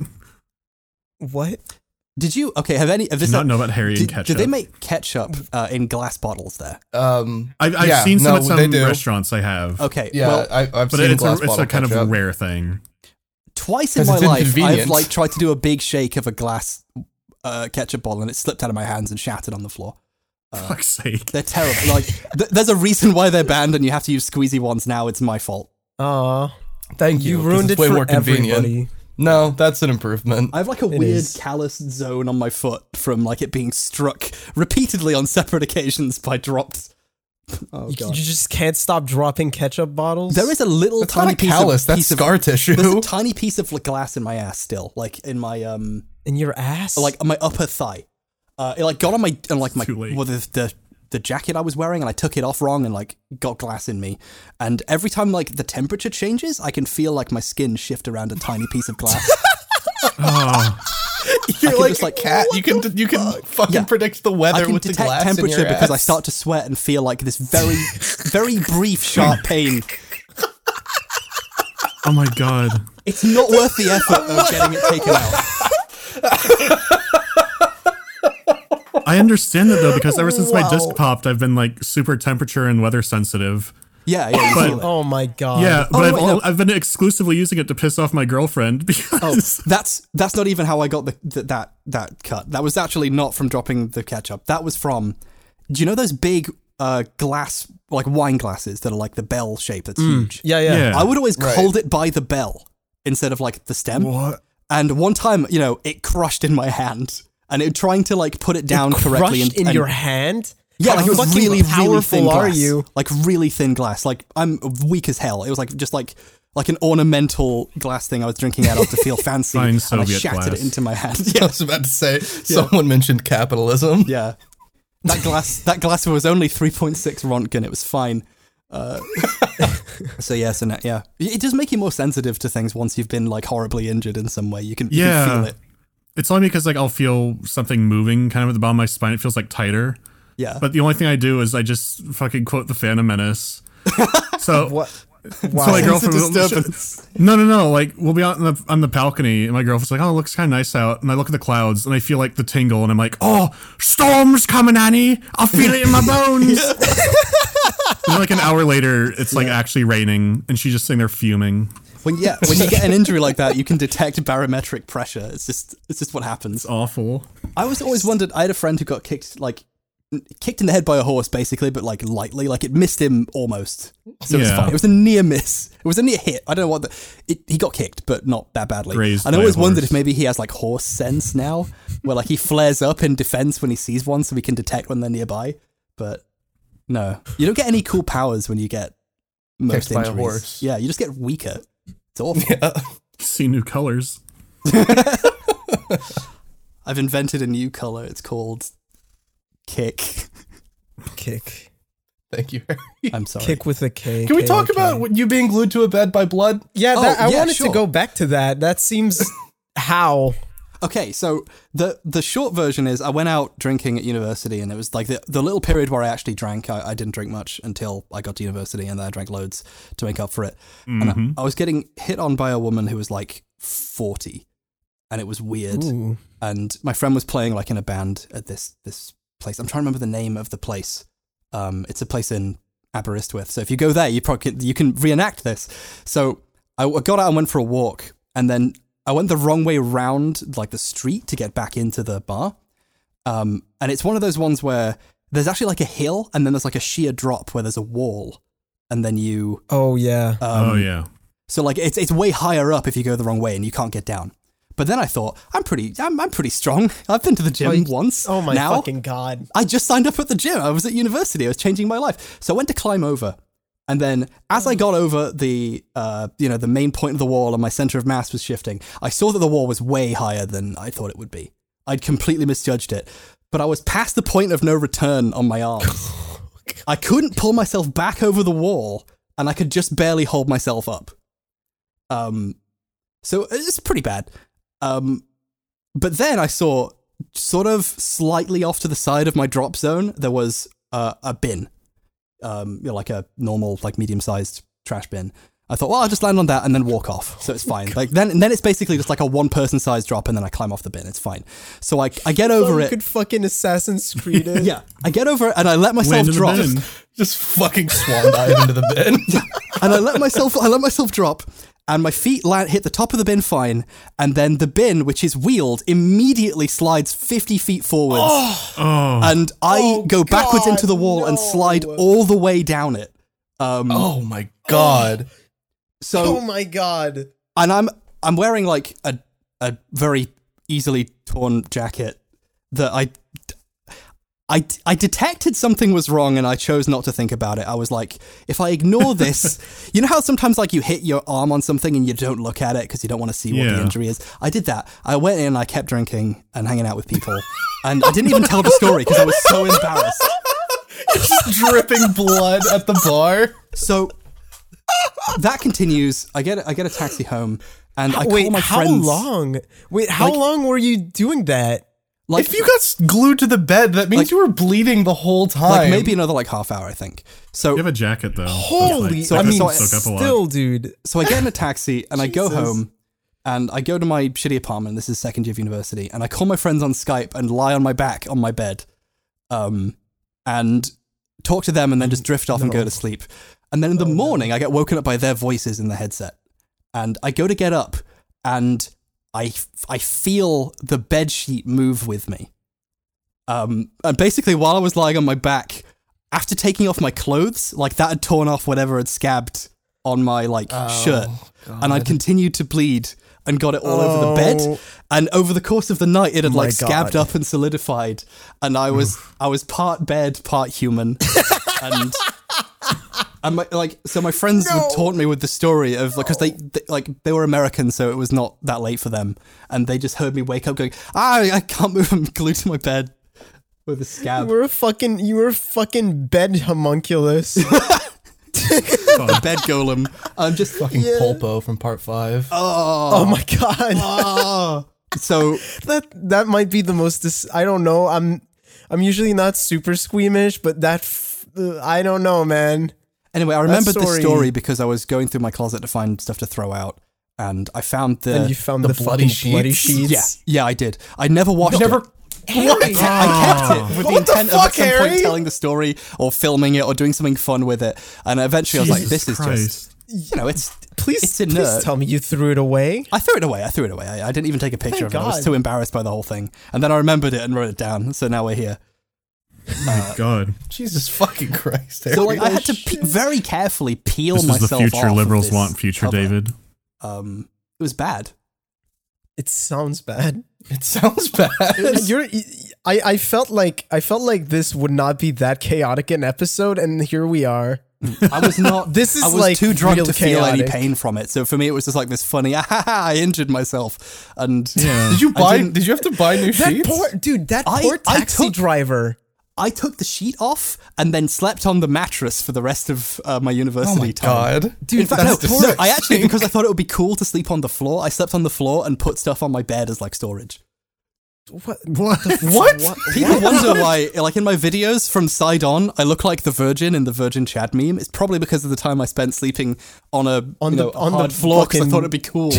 Speaker 3: What?
Speaker 5: Did you? Okay, have any of this?
Speaker 2: not know about Harry and
Speaker 5: did,
Speaker 2: ketchup.
Speaker 5: Did they make ketchup uh, in glass bottles there?
Speaker 6: Um,
Speaker 2: I've, I've
Speaker 6: yeah,
Speaker 2: seen some
Speaker 6: no,
Speaker 2: at
Speaker 6: they
Speaker 2: some
Speaker 6: do.
Speaker 2: restaurants. I have.
Speaker 5: Okay.
Speaker 6: Yeah,
Speaker 5: Well,
Speaker 6: I, I've
Speaker 2: But
Speaker 6: seen
Speaker 2: it's a,
Speaker 6: glass
Speaker 2: it's
Speaker 6: bottle
Speaker 2: a kind
Speaker 6: ketchup.
Speaker 2: of rare thing.
Speaker 5: twice in
Speaker 6: 'Cause
Speaker 5: my
Speaker 6: it's
Speaker 5: life, I've
Speaker 6: inconvenient.
Speaker 5: like tried to do a big shake of a glass uh, ketchup bottle, and it slipped out of my hands and shattered on the floor.
Speaker 6: Uh.
Speaker 2: Fuck's sake.
Speaker 5: They're terrible. like, th- there's a reason why they're banned, and you have to use squeezy ones now. It's my fault.
Speaker 3: Aw.
Speaker 6: Thank you.
Speaker 3: You
Speaker 6: 'cause
Speaker 3: ruined it
Speaker 6: it's way
Speaker 3: for
Speaker 6: more convenient.
Speaker 3: everybody.
Speaker 6: No, that's an improvement.
Speaker 5: I have like a weird
Speaker 3: is.
Speaker 5: calloused zone on my foot from like it being struck repeatedly on separate occasions by dropped. Oh
Speaker 3: You
Speaker 5: god.
Speaker 3: just can't stop dropping ketchup bottles.
Speaker 5: There is a little
Speaker 6: That's
Speaker 5: tiny
Speaker 6: not a
Speaker 5: piece
Speaker 6: callus.
Speaker 5: of
Speaker 6: That's
Speaker 5: piece of-
Speaker 6: scar
Speaker 5: There's a
Speaker 6: tissue.
Speaker 5: tiny piece of glass in my ass still, like in my um,
Speaker 3: in your ass.
Speaker 5: like my upper thigh. Uh, it like got on my and like my
Speaker 2: Too late.
Speaker 5: well the, the the jacket I was wearing, and I took it off wrong and like got glass in me. And every time like the temperature changes, I can feel like my skin shift around a tiny piece of glass.
Speaker 2: Oh,
Speaker 5: I can
Speaker 6: You're
Speaker 5: just,
Speaker 6: like a cat. You can you can fucking
Speaker 5: Yeah.
Speaker 6: predict the
Speaker 5: I
Speaker 6: weather
Speaker 5: can
Speaker 6: with the
Speaker 5: detect
Speaker 6: glass
Speaker 5: temperature
Speaker 6: in your
Speaker 5: because I
Speaker 6: ass.
Speaker 5: start to sweat and feel like this very, very brief, sharp pain.
Speaker 2: oh my god.
Speaker 5: It's not worth the effort of getting it taken out.
Speaker 2: I understand that though because ever since my disc popped, I've been like super temperature and weather sensitive.
Speaker 5: Yeah, yeah, you
Speaker 2: But-
Speaker 5: feel it.
Speaker 3: oh my god.
Speaker 2: yeah, but
Speaker 5: Oh,
Speaker 2: I've,
Speaker 5: wait,
Speaker 2: all,
Speaker 5: no.
Speaker 2: I've been exclusively using it to piss off my
Speaker 6: Oh.
Speaker 2: girlfriend because
Speaker 5: That's that's not even how I got the, th that that cut. That was actually not from dropping the ketchup. That was from. Do you know those big uh, glass like wine glasses that are like the bell shape? That's huge.
Speaker 3: Mm. Yeah, yeah.
Speaker 2: yeah.
Speaker 5: I would always hold it by the bell instead of like the stem.
Speaker 2: What?
Speaker 5: And one time, you know, it crushed in my hand, and it trying to like put it down correctly
Speaker 3: Crushed
Speaker 5: and,
Speaker 3: in
Speaker 5: and-
Speaker 3: your hand.
Speaker 5: Yeah,
Speaker 3: How
Speaker 5: like it was
Speaker 3: fucking
Speaker 5: really, really
Speaker 3: powerful
Speaker 5: thin glass.
Speaker 3: are you?
Speaker 5: Like really thin glass. Like I'm weak as hell. It was like just like like an ornamental glass thing I was drinking out of to feel fancy,
Speaker 2: Fine
Speaker 5: and I
Speaker 2: Soviet
Speaker 5: shattered
Speaker 2: glass.
Speaker 5: it into my hand.
Speaker 6: I was about to say someone mentioned capitalism.
Speaker 5: Yeah. That glass that glass was only 3.6 Rontgen. It was fine. Uh, so yeah, so now, yeah. It it does make you more sensitive to things once you've been like horribly injured in some way. You can, you can
Speaker 2: Yeah.
Speaker 5: feel it.
Speaker 2: It's only because like I'll feel something moving kind of at the bottom of my spine. It feels like tighter.
Speaker 5: Yeah.
Speaker 2: But the only thing I do is I just fucking quote the Phantom Menace. So
Speaker 3: What?
Speaker 2: So
Speaker 3: Wow.
Speaker 2: my girlfriend will- No, no, no. Like we'll be out on the on the balcony, and my girlfriend's like, "Oh, it looks kind of nice out." And I look at the clouds, and I feel like the tingle, and I'm like, "Oh, storm's coming, Annie! I feel it in my bones." and then, like an hour later, it's like actually raining, and she's just sitting there fuming.
Speaker 5: When yeah, when you get an injury like that, you can detect barometric pressure. It's just it's just what happens.
Speaker 2: Awful.
Speaker 5: I was always wondered. I had a friend who got kicked, like n- kicked in the head by a horse, basically, but like lightly, like it missed him almost. So it was
Speaker 2: Yeah.
Speaker 5: fine. It was a near miss. It was a near hit. I don't know what the. It, he got kicked, but not that badly.
Speaker 2: Grazed
Speaker 5: and I
Speaker 2: by a
Speaker 5: always wondered
Speaker 2: horse.
Speaker 5: if maybe he has like horse sense now, where like he flares up in defense when he sees one, so he can detect when they're nearby. But no, you don't get any cool powers when you get most
Speaker 6: Kicked by a
Speaker 5: injuries.
Speaker 6: horse.
Speaker 5: Yeah, you just get weaker. It's awful.
Speaker 2: See new colors.
Speaker 5: I've invented a new color. It's called kick.
Speaker 3: Kick.
Speaker 6: Thank you.
Speaker 5: I'm sorry.
Speaker 3: Kick with a K.
Speaker 6: Can we
Speaker 3: K,
Speaker 6: talk
Speaker 3: K.
Speaker 6: about you being glued to a bed by blood?
Speaker 3: Yeah,
Speaker 5: Oh,
Speaker 3: that, I
Speaker 5: yeah,
Speaker 3: wanted
Speaker 5: sure.
Speaker 3: to go back to that. That seems how
Speaker 5: Okay, so the the short version is I went out drinking at university, and it was like the, the little period where I actually drank. I, I didn't drink much until I got to university, and then I drank loads to make up for it. And I, I was getting hit on by a woman who was like forty, and it was weird. And my friend was playing like in a band at this this place. I'm trying to remember the name of the place. Um, it's a place in Aberystwyth. So if you go there, you probably can, you can reenact this. So I I got out and went for a walk, and then I went the wrong way round like the street to get back into the bar. Um, and it's one of those ones where there's actually like a hill, and then there's like a sheer drop where there's a wall, and then you
Speaker 3: Oh yeah.
Speaker 5: um,
Speaker 2: oh yeah.
Speaker 5: so like it's it's way higher up if you go the wrong way and you can't get down. But then I thought I'm pretty I'm, I'm pretty strong. I've been to the gym once.
Speaker 3: oh my
Speaker 5: now,
Speaker 3: fucking god.
Speaker 5: I just signed up at the gym. I was at university. I was changing my life. So I went to climb over And then as I got over the uh, you know the main point of the wall and my center of mass was shifting, I saw that the wall was way higher than I thought it would be. I'd completely misjudged it, but I was past the point of no return on my arms. I couldn't pull myself back over the wall, and I could just barely hold myself up. Um, so it's pretty bad. Um, but then I saw, sort of slightly off to the side of my drop zone, there was uh, a bin, um, you know, like a normal, like medium-sized trash bin. I thought, well, I'll just land on that and then walk off, so it's fine. Like then, then it's basically just like a one-person size drop, and then I climb off the bin. It's fine. So I, I get over
Speaker 3: you
Speaker 5: it.
Speaker 3: could fucking Assassin's Creed it.
Speaker 5: Yeah, I get over it and I let myself
Speaker 2: into the
Speaker 5: drop,
Speaker 2: bin.
Speaker 6: Just fucking swan dive into the bin.
Speaker 5: and I let myself, I let myself drop, and my feet land, hit the top of the bin fine, and then the bin, which is wheeled, immediately slides fifty feet forwards, and I go backwards into the wall and slide all the way down it. Um,
Speaker 6: oh my god.
Speaker 5: so
Speaker 3: Oh my god.
Speaker 5: and I'm I'm wearing like a a very easily torn jacket that I I I detected something was wrong and I chose not to think about it. I was like, if I ignore this, you know how sometimes like you hit your arm on something and you don't look at it because you don't want to see what the
Speaker 2: Yeah.
Speaker 5: injury is. I did that. I went in, I kept drinking and hanging out with people, and I didn't even tell the story because I was so embarrassed.
Speaker 6: Dripping blood at the bar.
Speaker 5: So that continues. I get I get a taxi home and I
Speaker 3: Wait,
Speaker 5: call my
Speaker 3: how
Speaker 5: friends.
Speaker 3: long? Wait, how long were you doing that?
Speaker 5: Like,
Speaker 6: If you got s- glued to the bed, that means
Speaker 5: Like-
Speaker 6: you were bleeding the whole time.
Speaker 5: like maybe another like half hour, I think. So
Speaker 2: You have a jacket though. that's, like,
Speaker 3: Holy,
Speaker 5: So
Speaker 3: I
Speaker 5: I
Speaker 2: doesn't
Speaker 5: mean,
Speaker 3: mean,
Speaker 5: soak
Speaker 2: soak up a lot.
Speaker 3: still, dude.
Speaker 5: so I get in a taxi and I go home and I go to my shitty apartment. This is second year of university, and I call my friends on Skype and lie on my back on my bed, um, and talk to them, and then just drift off and go to sleep. And then in the morning, I get woken up by their voices in the headset, and I go to get up, and I I feel the bed sheet move with me. Um, and basically, while I was lying on my back, after taking off my clothes, like that had torn off whatever had scabbed on my like shirt, and I'd continued to bleed and got it all over the bed. And over the course of the night, it had like scabbed up and solidified, and I was I was part bed, part human, and. And my, like, so my friends would taunt me with the story of like, because they, they like they were American, so it was not that late for them, and they just heard me wake up going, ah, I can't move, I'm glued to my bed with a scab.
Speaker 3: We're a fucking, you were a fucking bed homunculus.
Speaker 5: a bed golem. I'm just fucking.
Speaker 6: fucking Pulpo from Part Five.
Speaker 3: oh my god.
Speaker 5: ah. So
Speaker 3: that that might be the most dis- I don't know. I'm I'm usually not super squeamish, but that f- uh, I don't know, man.
Speaker 5: anyway, I remembered this
Speaker 3: story-
Speaker 5: story because I was going through my closet to find stuff to throw out, and I found the.
Speaker 3: and you found the,
Speaker 6: bloody
Speaker 3: fucking bloody
Speaker 6: sheets?
Speaker 3: sheets.
Speaker 5: yeah, yeah, I did. I never washed
Speaker 6: Never.
Speaker 5: it. I, ke- I
Speaker 2: Ah.
Speaker 5: kept it with the intent of at
Speaker 6: fuck,
Speaker 5: some point
Speaker 6: Harry?
Speaker 5: telling the story or filming it or doing something fun with it. And eventually I was like,
Speaker 2: Jesus
Speaker 5: this is
Speaker 2: Christ.
Speaker 5: just, you know, it's
Speaker 3: Please,
Speaker 5: it's
Speaker 3: please
Speaker 5: inert.
Speaker 3: tell me you threw it away.
Speaker 5: I threw it away. I threw it away. I, I didn't even take a picture
Speaker 3: Thank
Speaker 5: of it. I was
Speaker 3: God.
Speaker 5: too embarrassed by the whole thing. And then I remembered it and wrote it down. So now we're here. uh,
Speaker 2: my God.
Speaker 6: Jesus fucking Christ.
Speaker 5: So
Speaker 6: Harry.
Speaker 5: like I had to pe- very carefully peel
Speaker 2: This is
Speaker 5: myself
Speaker 2: the
Speaker 5: off
Speaker 2: future
Speaker 5: of
Speaker 2: liberals
Speaker 5: this
Speaker 2: want. Future
Speaker 5: cover.
Speaker 2: David.
Speaker 5: Um, it was bad.
Speaker 3: It sounds bad.
Speaker 6: it sounds bad.
Speaker 3: You're, I, I felt like I felt like this would not be that chaotic an episode, and here we are.
Speaker 5: I was not.
Speaker 3: This is
Speaker 5: I was
Speaker 3: like
Speaker 5: too drunk
Speaker 3: real
Speaker 5: to feel any
Speaker 3: chaotic.
Speaker 5: pain from it. So for me, it was just like this funny. "Ah, ha, ha, I injured myself, and
Speaker 6: Did you
Speaker 5: I
Speaker 6: buy?
Speaker 5: didn't-
Speaker 6: Did you have to buy new
Speaker 3: That
Speaker 6: sheets?
Speaker 3: poor dude, that
Speaker 5: I-
Speaker 3: poor
Speaker 5: I
Speaker 3: taxi
Speaker 5: took-
Speaker 3: driver.
Speaker 5: I took the sheet off and then slept on the mattress for the rest of uh, my
Speaker 6: oh
Speaker 5: university
Speaker 6: my
Speaker 5: time.
Speaker 6: god,
Speaker 5: Dude, in fact,
Speaker 6: That's
Speaker 5: no, no, I
Speaker 6: disgusting.
Speaker 5: actually because I thought it would be cool to sleep on the floor. I slept on the floor and put stuff on my bed as like storage.
Speaker 2: What?
Speaker 6: What?
Speaker 5: People wonder why, like in my videos from side on, I look like the Virgin in the Virgin Chad meme. It's probably because of the time I spent sleeping on a on
Speaker 3: the-
Speaker 5: the
Speaker 3: on the
Speaker 5: hard floor because I
Speaker 3: fucking-
Speaker 5: thought it'd be cool.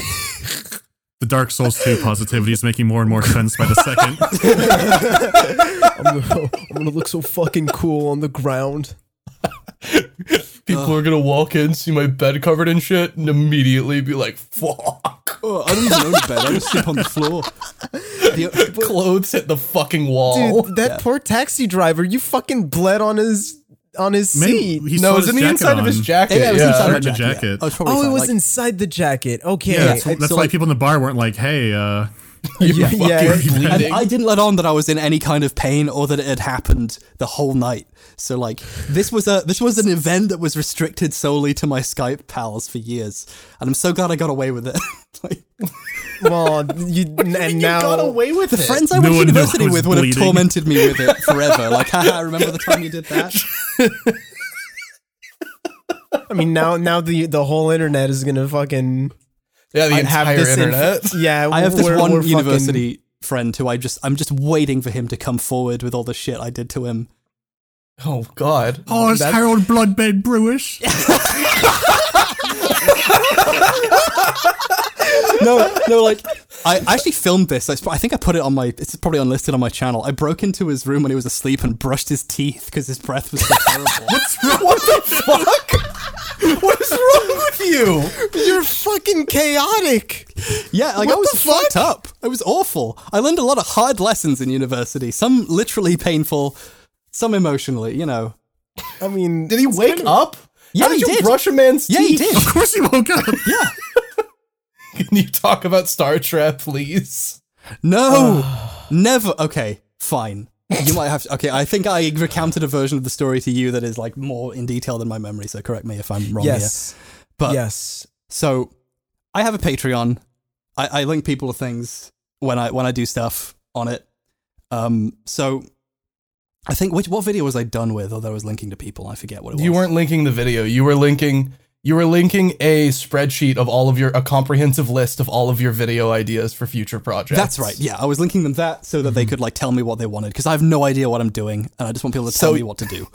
Speaker 2: The Dark Souls 2 positivity is making more and more sense by the second.
Speaker 3: I'm gonna, I'm gonna look so fucking cool on the ground.
Speaker 6: People are gonna walk in, see my bed covered in shit, and immediately be like, "Fuck!"
Speaker 5: Oh, I don't even own a bed. I just sleep on the floor. The-
Speaker 6: Clothes hit the fucking wall.
Speaker 3: Dude, that poor taxi driver, you fucking bled on his on his
Speaker 2: Maybe
Speaker 3: seat.
Speaker 2: he
Speaker 6: no,
Speaker 2: saw
Speaker 6: it's
Speaker 2: his
Speaker 6: in the
Speaker 2: jacket
Speaker 6: inside of
Speaker 2: on.
Speaker 6: his jacket.
Speaker 5: Yeah, it was
Speaker 6: yeah.
Speaker 5: inside my
Speaker 2: the
Speaker 5: jacket.
Speaker 2: jacket.
Speaker 5: I was probably
Speaker 3: Oh, it
Speaker 5: fine,
Speaker 3: was
Speaker 5: like-
Speaker 3: inside the jacket. Okay.
Speaker 2: Yeah, that's,
Speaker 5: so,
Speaker 2: that's why
Speaker 5: like-
Speaker 2: people in the bar weren't like, hey, uh,
Speaker 3: yeah, yeah.
Speaker 5: And I didn't let on that I was in any kind of pain or that it had happened the whole night. So like this was a this was an event that was restricted solely to my Skype pals for years, and I'm so glad I got away with it. like,
Speaker 3: Well, you and now
Speaker 6: with
Speaker 5: the friends I
Speaker 2: No
Speaker 5: went
Speaker 2: one knew
Speaker 5: to
Speaker 2: I
Speaker 5: university
Speaker 2: was
Speaker 5: with would have
Speaker 2: bleeding.
Speaker 5: tormented me with it forever. like, haha, remember the time you did that?
Speaker 3: I mean now now the the whole internet is gonna fucking
Speaker 6: Yeah, the
Speaker 3: have
Speaker 6: entire
Speaker 3: this inf-
Speaker 6: internet.
Speaker 3: yeah,
Speaker 5: I have this
Speaker 3: we're-
Speaker 5: one
Speaker 3: we're fucking-
Speaker 5: university friend who I just I'm just waiting for him to come forward with all the shit I did to him.
Speaker 6: oh God.
Speaker 2: Oh, it's
Speaker 6: That-
Speaker 2: Harold Bloodbed Brewish.
Speaker 5: no, no, like I I actually filmed this. I, sp- I think I put it on my. It's probably unlisted on my channel. I broke into his room when he was asleep and brushed his teeth because his breath was so terrible.
Speaker 6: what the fuck? what is wrong with you?
Speaker 3: You're fucking chaotic.
Speaker 5: yeah, like I
Speaker 3: What
Speaker 5: was
Speaker 3: the fuck?
Speaker 5: fucked up. I was awful. I learned a lot of hard lessons in university. Some literally painful, some emotionally. You know.
Speaker 3: I mean,
Speaker 6: Did he wake up?
Speaker 5: Yeah,
Speaker 6: How did
Speaker 5: he
Speaker 6: you
Speaker 5: did.
Speaker 6: brush a man's
Speaker 5: Yeah, he
Speaker 6: teeth?
Speaker 5: did.
Speaker 2: Of course he woke up.
Speaker 6: Can you talk about Star Trek, please?
Speaker 5: No,
Speaker 6: Ah.
Speaker 5: never. Okay, fine. You might have. To, okay, I think I recounted a version of the story to you that is like more in detail than my memory. So correct me if I'm wrong here.
Speaker 3: yes,
Speaker 5: But-
Speaker 3: yes,
Speaker 5: So I have a Patreon. I, I link people to things when I when I do stuff on it. Um, so I think which what video was I done with? Although I was linking to people, I forget what it was.
Speaker 6: You weren't linking the video. You were linking. You were linking a spreadsheet of all of your a comprehensive list of all of your video ideas for future projects.
Speaker 5: That's right. Yeah, I was linking them that so that they
Speaker 6: Mm-hmm.
Speaker 5: could like tell me what they wanted because I have no idea what I'm doing and I just want people to tell
Speaker 6: So-
Speaker 5: me what to do.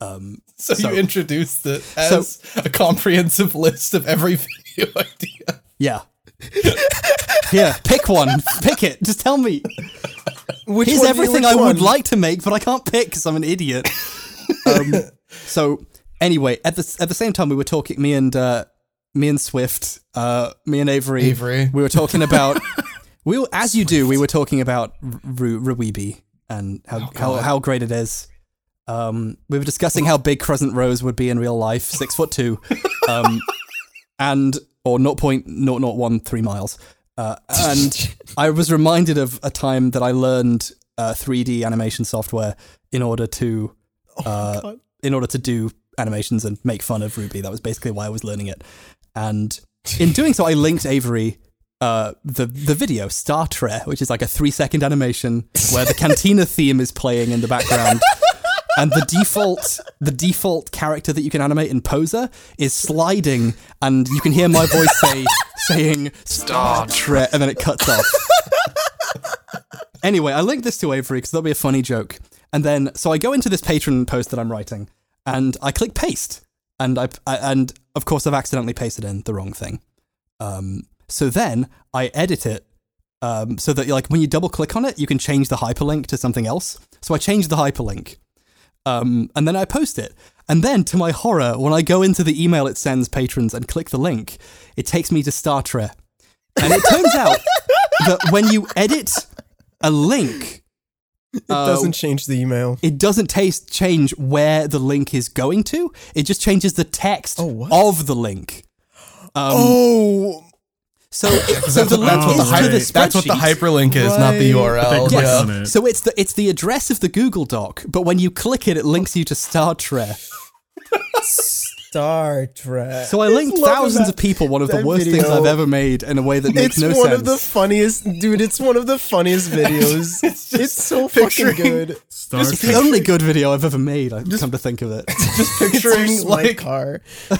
Speaker 5: Um,
Speaker 6: So,
Speaker 5: So-
Speaker 6: you introduced it as a comprehensive list of every video idea.
Speaker 5: yeah. yeah, pick one. Pick it. Just tell me.
Speaker 3: Which
Speaker 5: Here's
Speaker 3: one-
Speaker 5: everything
Speaker 3: which
Speaker 5: I would
Speaker 3: one?
Speaker 5: like to make, but I can't pick because I'm an idiot. um, so anyway, at the at the same time, we were talking. Me and uh, me and Swift, uh, me and Avery,
Speaker 6: Avery.
Speaker 5: We were talking about we were, as you do. We were talking about Ru- Ruibi and how, how how great it is. Um, we were discussing how big Crescent Rose would be in real life, six foot two, um, and or 0.0013 miles. Uh, and I was reminded of a time that I learned uh, 3D animation software in order to uh, in order to do animations and make fun of Ruby. That was basically why I was learning it. And in doing so, I linked Avery uh, the the video Star Trek, which is like a three second animation where the Cantina theme is playing in the background. And the default, the default character that you can animate in Poser is sliding, and you can hear my voice say, saying "Star Trek," and then it cuts off. Anyway, I linked this to Avery because that'll be a funny joke. And then, so I go into this patron post that I'm writing, and I click paste, and I, I and of course I've accidentally pasted in the wrong thing. Um, so then I edit it um, so that like when you double click on it, you can change the hyperlink to something else. So I changed the hyperlink, um, and then I post it. And then, to my horror, when I go into the email it sends patrons and click the link, it takes me to Star Trek. And it turns out that when you edit a link, it
Speaker 3: Doesn't change the email.
Speaker 5: it doesn't taste change where the link is going to. It just changes the text of the link.
Speaker 3: Oh,
Speaker 5: So, it, so the
Speaker 6: what-
Speaker 5: link
Speaker 2: what
Speaker 5: is
Speaker 2: the
Speaker 5: to the
Speaker 2: hy-
Speaker 5: spreadsheet.
Speaker 6: That's what the hyperlink is, not the URL.
Speaker 2: click
Speaker 6: Yeah.
Speaker 2: on it.
Speaker 5: So it's the it's the address of the Google Doc, but when you click it, it links you to Star Trek.
Speaker 3: Star Trek.
Speaker 5: So I linked
Speaker 3: love
Speaker 5: thousands
Speaker 3: that-
Speaker 5: of people one of the
Speaker 3: that
Speaker 5: worst things
Speaker 3: video.
Speaker 5: I've ever made in a way that
Speaker 3: it's
Speaker 5: makes no
Speaker 3: one
Speaker 5: sense.
Speaker 3: of the funniest, dude. It's one of the funniest videos. it's, so fucking good.
Speaker 2: Star
Speaker 5: it's the
Speaker 2: Trek.
Speaker 5: only good video I've ever made. I come to think of it.
Speaker 6: Just
Speaker 3: It's
Speaker 6: picturing
Speaker 3: my
Speaker 6: like
Speaker 3: car.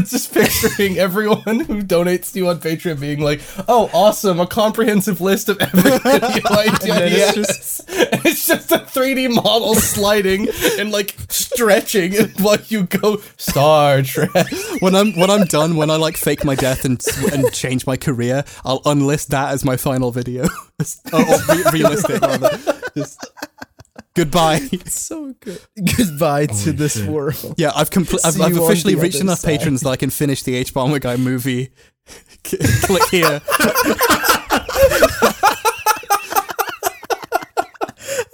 Speaker 6: just picturing everyone who donates to you on Patreon being like, "Oh, awesome! A comprehensive list of every video idea."
Speaker 3: then
Speaker 6: yes.
Speaker 3: it's
Speaker 6: it's, just, a 3D model sliding and like stretching while you go Star Trek.
Speaker 5: When I'm when I'm done, when I like fake my death and and change my career, I'll unlist that as my final video, or, or re- relist it rather. Just goodbye.
Speaker 3: So good. Goodbye to this
Speaker 2: shit.
Speaker 3: world.
Speaker 5: Yeah, I've compl- I've,
Speaker 3: See
Speaker 5: I've
Speaker 3: you on
Speaker 5: officially
Speaker 3: the
Speaker 5: reached
Speaker 3: other
Speaker 5: enough
Speaker 3: side.
Speaker 5: patrons that I can finish the H Bomber Guy movie. C- Click here.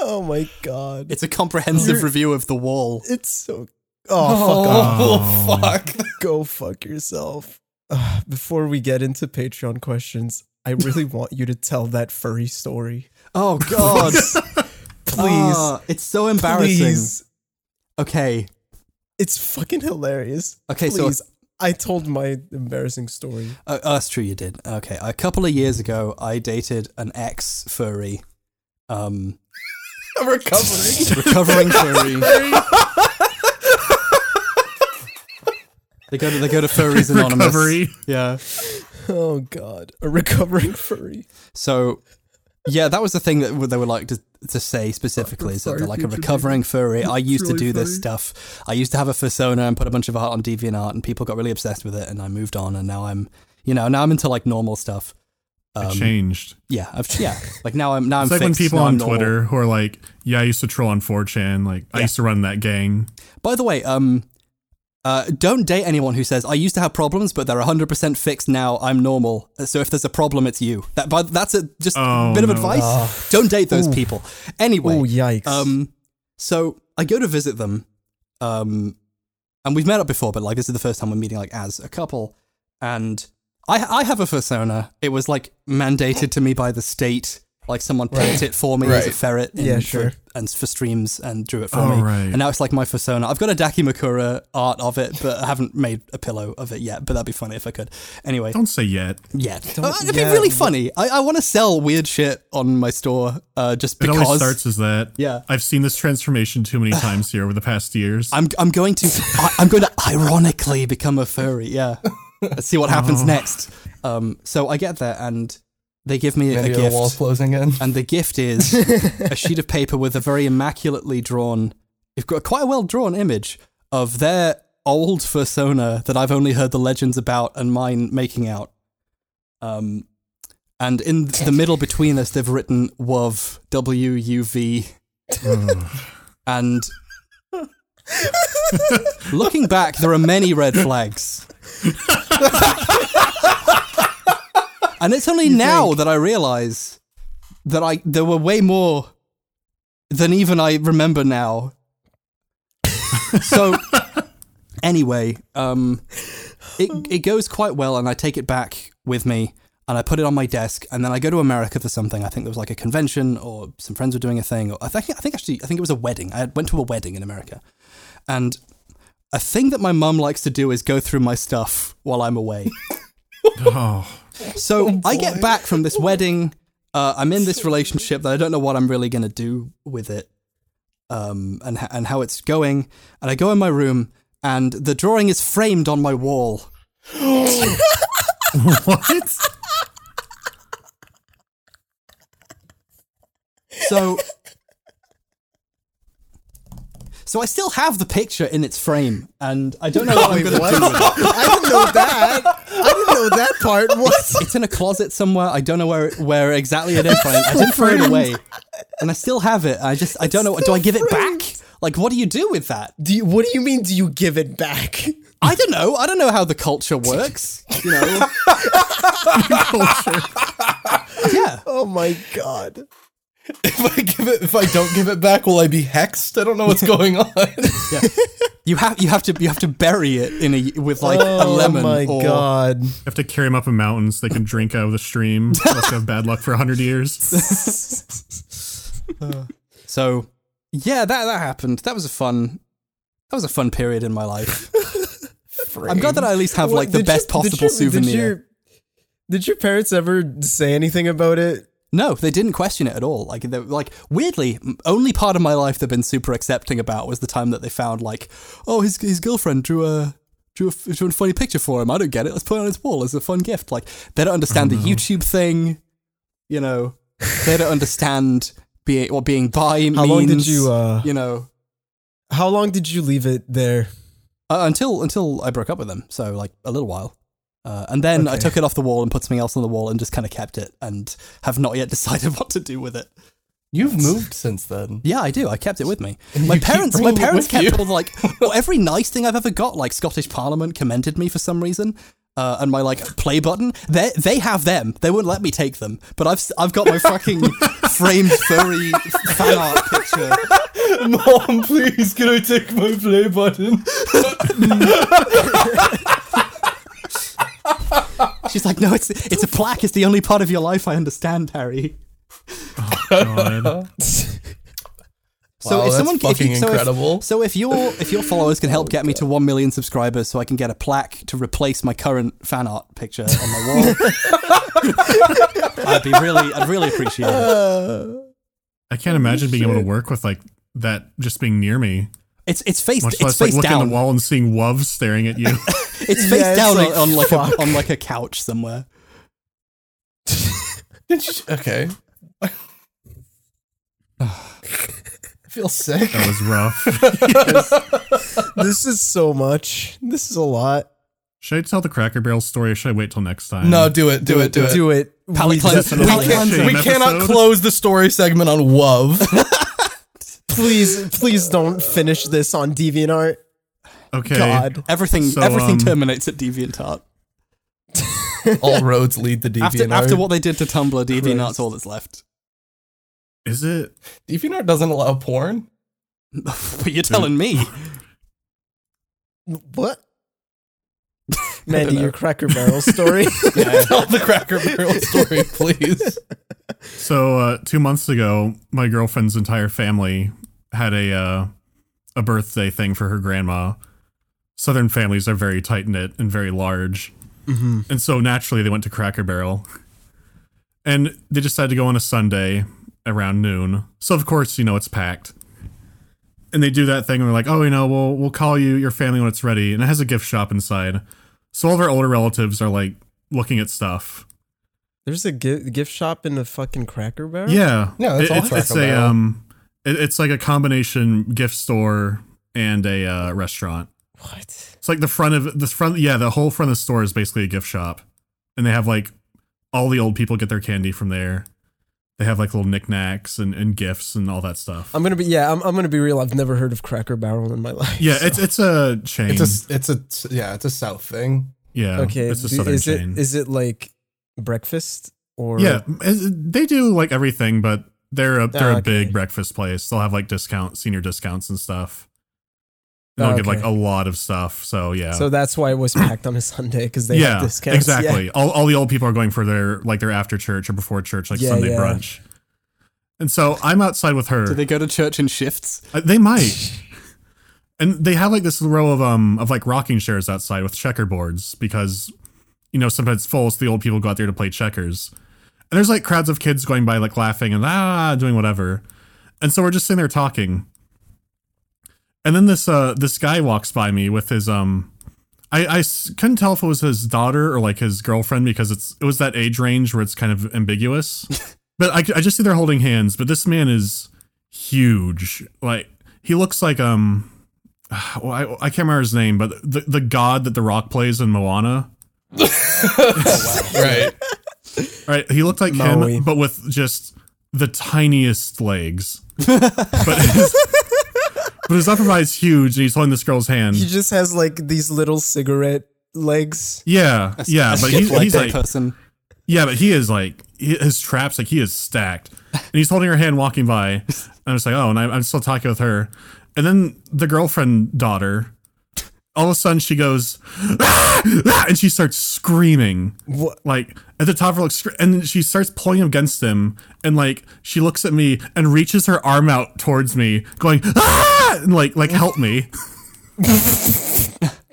Speaker 3: Oh my god.
Speaker 5: It's a comprehensive review of The Wall.
Speaker 3: It's so. Oh, fuck off.
Speaker 6: Oh, fuck!
Speaker 7: Ah,
Speaker 3: Go fuck yourself. Ugh, before we get into Patreon questions,
Speaker 7: I really want you to tell that furry story.
Speaker 5: Oh God!
Speaker 7: Please.
Speaker 5: Ah, it's so embarrassing.
Speaker 7: Please.
Speaker 5: Okay.
Speaker 7: It's fucking hilarious.
Speaker 5: Okay, so-
Speaker 7: Please. I told my embarrassing story.
Speaker 5: Uh, oh, that's true. You did. Okay. A couple of years ago, I dated an ex furry, um,
Speaker 6: Recovering.
Speaker 5: recovering furry. they go to they go to furries anonymous.
Speaker 2: Oh. Recovery.
Speaker 5: Yeah.
Speaker 7: Oh god, a recovering furry.
Speaker 5: So, yeah, that was the thing that they were like to, to say specifically is that they're like a recovering furry. I used to do this stuff. I used to have a persona and put a bunch of art on DeviantArt, and people got really obsessed with it. And I moved on, and now I'm, you know, now I'm into like normal stuff.
Speaker 2: I changed.
Speaker 5: Yeah, I've yeah, like now I'm now Um, I'm
Speaker 2: It's like when
Speaker 5: fixed,
Speaker 2: people
Speaker 5: now I'm
Speaker 2: on
Speaker 5: normal.
Speaker 2: Twitter who are like, "Yeah, I used to troll on 4chan. Like, I used to run that gang."
Speaker 5: By the way, um, uh, don't date anyone who says I used to have problems, but they're 100 percent fixed now. I'm normal. So if there's a problem, it's you. That but that's a just
Speaker 2: Oh,
Speaker 5: bit of
Speaker 2: no.
Speaker 5: advice. Don't date those people. Anyway,
Speaker 7: Oh yikes.
Speaker 5: Um, so I go to visit them, um, and we've met up before, but like this is the first time we're meeting like as a couple. And I I have a persona. It was like mandated to me by the state. Like someone picked it for me as a
Speaker 6: Right.
Speaker 5: ferret. in
Speaker 7: Yeah,
Speaker 5: for-
Speaker 7: sure.
Speaker 5: and for streams and drew it for
Speaker 2: Oh,
Speaker 5: me.
Speaker 2: right.
Speaker 5: And now it's like my persona. I've got a Daki Makura art of it, but I haven't made a pillow of it yet. But that'd be funny if I could. Anyway,
Speaker 2: Don't say yet.
Speaker 5: yeah, Uh, it'd be really funny. I, I want to sell weird shit on my store uh, just
Speaker 2: It
Speaker 5: because
Speaker 2: always starts as that.
Speaker 5: Yeah.
Speaker 2: I've seen this transformation too many times here over the past years.
Speaker 5: I'm I'm going to I, I'm going to ironically become a furry. Yeah, let's see what happens next. Um, so I get there and they give me
Speaker 6: Maybe
Speaker 5: a
Speaker 6: the wall's
Speaker 5: gift,
Speaker 6: closing in.
Speaker 5: and the gift is a sheet of paper with a very immaculately drawn, you've got quite a well drawn image of their old persona that I've only heard the legends about and mine making out. Um, and in the middle between us, they've written WUV, W U V, and looking back, there are many red flags. and it's only now that I realize that I there were way more than even I remember now. so anyway, um it it goes quite well and I take it back with me and I put it on my desk and then I go to America for something. I think there was like a convention or some friends were doing a thing or I think I think actually I think it was a wedding. I went to a wedding in America. And a thing that my mum likes to do is go through my stuff while I'm away.
Speaker 2: oh,
Speaker 5: So I get back from this wedding. Uh, I'm in this relationship that I don't know what I'm really gonna do with it, um, and h- and how it's going. And I go in my room, and the drawing is framed on my wall.
Speaker 2: what?
Speaker 5: So, so I still have the picture in its frame, and I don't know what I'm gonna do with it.
Speaker 3: I didn't know that. I didn't know that part. What?
Speaker 5: it's in a closet somewhere. I don't know where where exactly it is. But I, I didn't throw it away, and I still have it. I just I don't know. what Do I give it back? Like, what do you do with that?
Speaker 7: do you, what do you mean do you give it back?
Speaker 5: I don't know. I don't know how the culture works. You know. yeah.
Speaker 7: Oh my god.
Speaker 6: if I give it, if I don't give it back, will I be hexed? I don't know what's going on.
Speaker 5: You have you have to you have to bury it in a with like a
Speaker 7: Oh
Speaker 5: lemon
Speaker 7: my
Speaker 5: or
Speaker 7: god.
Speaker 2: You have to carry them up a mountain so they can drink out of the stream. Must have bad luck for 100 years.
Speaker 5: so. Yeah, that that happened. That was a fun. That was a fun period in my life. I'm glad that I at least have
Speaker 7: What-
Speaker 5: like the
Speaker 7: did
Speaker 5: best
Speaker 7: your- did
Speaker 5: possible
Speaker 7: your- did
Speaker 5: souvenir.
Speaker 7: your- did your parents ever say anything about it?
Speaker 5: No, they didn't question it at all. Like, they, like weirdly, m- only part of my life they've been super accepting about was the time that they found like, oh, his his girlfriend drew a drew a, f- drew a funny picture for him. I don't get it. Let's put it on his wall as a fun gift. Like, they don't understand
Speaker 7: Mm-hmm.
Speaker 5: the YouTube thing. You know, they don't understand being what being bi means.
Speaker 7: How long did you uh
Speaker 5: you know,
Speaker 7: how long did you leave it there?
Speaker 5: uh, until until I broke up with them. So like a little while. Uh, and then I took it off the wall and put something else on the wall and just kind of kept it and have not yet decided what to do with it.
Speaker 6: You've moved since then.
Speaker 5: Yeah, I do. I kept it with me. My parents, my
Speaker 6: bringing it
Speaker 5: parents
Speaker 6: with
Speaker 5: kept
Speaker 6: you.
Speaker 5: all the, like well, every nice thing I've ever got. Like Scottish Parliament commended me for some reason, uh, and my like play button. They they have them. They wouldn't let me take them, but I've s- I've got my fucking framed furry fan art picture.
Speaker 6: Mom, please, can I take my play button?
Speaker 5: She's like, no, it's it's a plaque. It's the only part of your life I understand, Harry.
Speaker 2: God.
Speaker 5: So
Speaker 6: Wow,
Speaker 5: if
Speaker 6: that's
Speaker 5: someone if
Speaker 6: fucking
Speaker 5: you- so if-
Speaker 6: incredible.
Speaker 5: so if your if your followers can help get me to one million subscribers, so I can get a plaque to replace my current fan art picture on my wall, I'd be really I'd really appreciate it.
Speaker 2: I can't imagine being able to work with like that just being near me.
Speaker 5: It's it's face
Speaker 2: Much
Speaker 5: it's
Speaker 2: less like
Speaker 5: face
Speaker 2: looking at
Speaker 5: down.
Speaker 2: the wall and seeing Wov staring at you.
Speaker 5: It's face
Speaker 3: Yeah, it's
Speaker 5: down
Speaker 3: like,
Speaker 5: on, on like
Speaker 3: fuck.
Speaker 5: a on like a couch somewhere.
Speaker 6: Did you? Okay. I feel sick.
Speaker 2: that was rough.
Speaker 3: this is so much. This is a lot.
Speaker 2: Should I tell the Cracker Barrel story or should I wait till next time?
Speaker 6: No, do it, do, it, do it.
Speaker 3: Do it.
Speaker 5: Palate cleanse-
Speaker 2: definitely
Speaker 5: palate
Speaker 2: can't-
Speaker 5: cleanser.
Speaker 6: We
Speaker 2: An
Speaker 6: cannot
Speaker 2: episode?
Speaker 6: close the story segment on Wov.
Speaker 3: Please, please don't finish this on DeviantArt.
Speaker 2: Okay.
Speaker 3: God.
Speaker 5: Everything
Speaker 2: So,
Speaker 5: everything
Speaker 2: um,
Speaker 5: terminates at DeviantArt.
Speaker 6: All roads lead to DeviantArt.
Speaker 5: After after what they did to Tumblr, DeviantArt's all that's left.
Speaker 2: Is it?
Speaker 6: DeviantArt doesn't allow porn.
Speaker 5: but you're telling me.
Speaker 3: What? Mandy, your Cracker Barrel story.
Speaker 6: Tell the Cracker Barrel story, please.
Speaker 2: So uh, two months ago, my girlfriend's entire family had a uh, a birthday thing for her grandma. Southern families are very tight knit and very large, and so naturally they went to Cracker Barrel, and they decided to go on a Sunday around noon. So of course, you know it's packed, and they do that thing and they're like, "Oh, you know, we'll we'll call you your family when it's ready," and it has a gift shop inside. So all of our older relatives are like looking at stuff,
Speaker 7: There's a gi- gift shop in a fucking Cracker Barrel.
Speaker 2: Yeah,
Speaker 6: Yeah, that's all
Speaker 2: it's- It's
Speaker 6: Cracker
Speaker 2: a
Speaker 6: Barrel.
Speaker 2: um, it- it's like a combination gift store and a uh, restaurant.
Speaker 7: What?
Speaker 2: It's like the front of the front. Yeah, the whole front of the store is basically a gift shop, and they have like all the old people get their candy from there. They have like little knickknacks and, and gifts and all that stuff.
Speaker 7: I'm gonna be yeah. I'm, I'm gonna be real. I've never heard of Cracker Barrel in my life.
Speaker 2: yeah, it's it's a chain.
Speaker 6: It's a, it's a, yeah, it's a South thing.
Speaker 2: yeah,
Speaker 7: Okay.
Speaker 2: it's a
Speaker 7: do-
Speaker 2: southern
Speaker 7: is
Speaker 2: chain.
Speaker 7: it is it like breakfast or
Speaker 2: yeah, is- they do like everything, but they're a they're a
Speaker 7: okay.
Speaker 2: big breakfast place. They'll have like discount senior discounts and stuff. And they'll give like
Speaker 7: Okay.
Speaker 2: a lot of stuff. So yeah,
Speaker 7: So that's why it was packed on a Sunday because they have discounts.
Speaker 2: exactly. All, all the old people are going for their like their after church or before church, like
Speaker 7: Yeah,
Speaker 2: Sunday
Speaker 7: yeah.
Speaker 2: brunch. And so I'm outside with her.
Speaker 5: Do
Speaker 2: They-,
Speaker 5: they go to church in shifts?
Speaker 2: Uh, they might. and they have like this row of um of like rocking chairs outside with checkerboards because you know sometimes it's full, so the old people go out there to play checkers. And there's like crowds of kids going by, like laughing and ah, doing whatever. And so we're just sitting there talking. And then this uh this guy walks by me with his um I, I s- couldn't tell if it was his daughter or like his girlfriend because it's it was that age range where it's kind of ambiguous. but I, I just see they're holding hands. But this man is huge. Like he looks like um, well, I, I can't remember his name, but the the god that the Rock plays in Moana.
Speaker 6: Right.
Speaker 2: Right, he looked like
Speaker 7: Maui.
Speaker 2: him, but with just the tiniest legs. but his, but his upper body is huge, and he's holding this girl's hand.
Speaker 7: He just has like these little cigarette legs.
Speaker 2: yeah, yeah, but
Speaker 5: Shift
Speaker 2: he's
Speaker 5: like
Speaker 2: he's
Speaker 5: that
Speaker 2: like
Speaker 5: person.
Speaker 2: Yeah, but he is like he- his traps, like he is stacked, and he's holding her hand, walking by. And I'm just like, oh, and I, I'm still talking with her, and then the girlfriend daughter, all of a sudden she goes, "Ah! Ah!" and she starts screaming, like at the top of her, like, scr- and she starts pulling against him, and like she looks at me and reaches her arm out towards me, going, ah! and like like help me.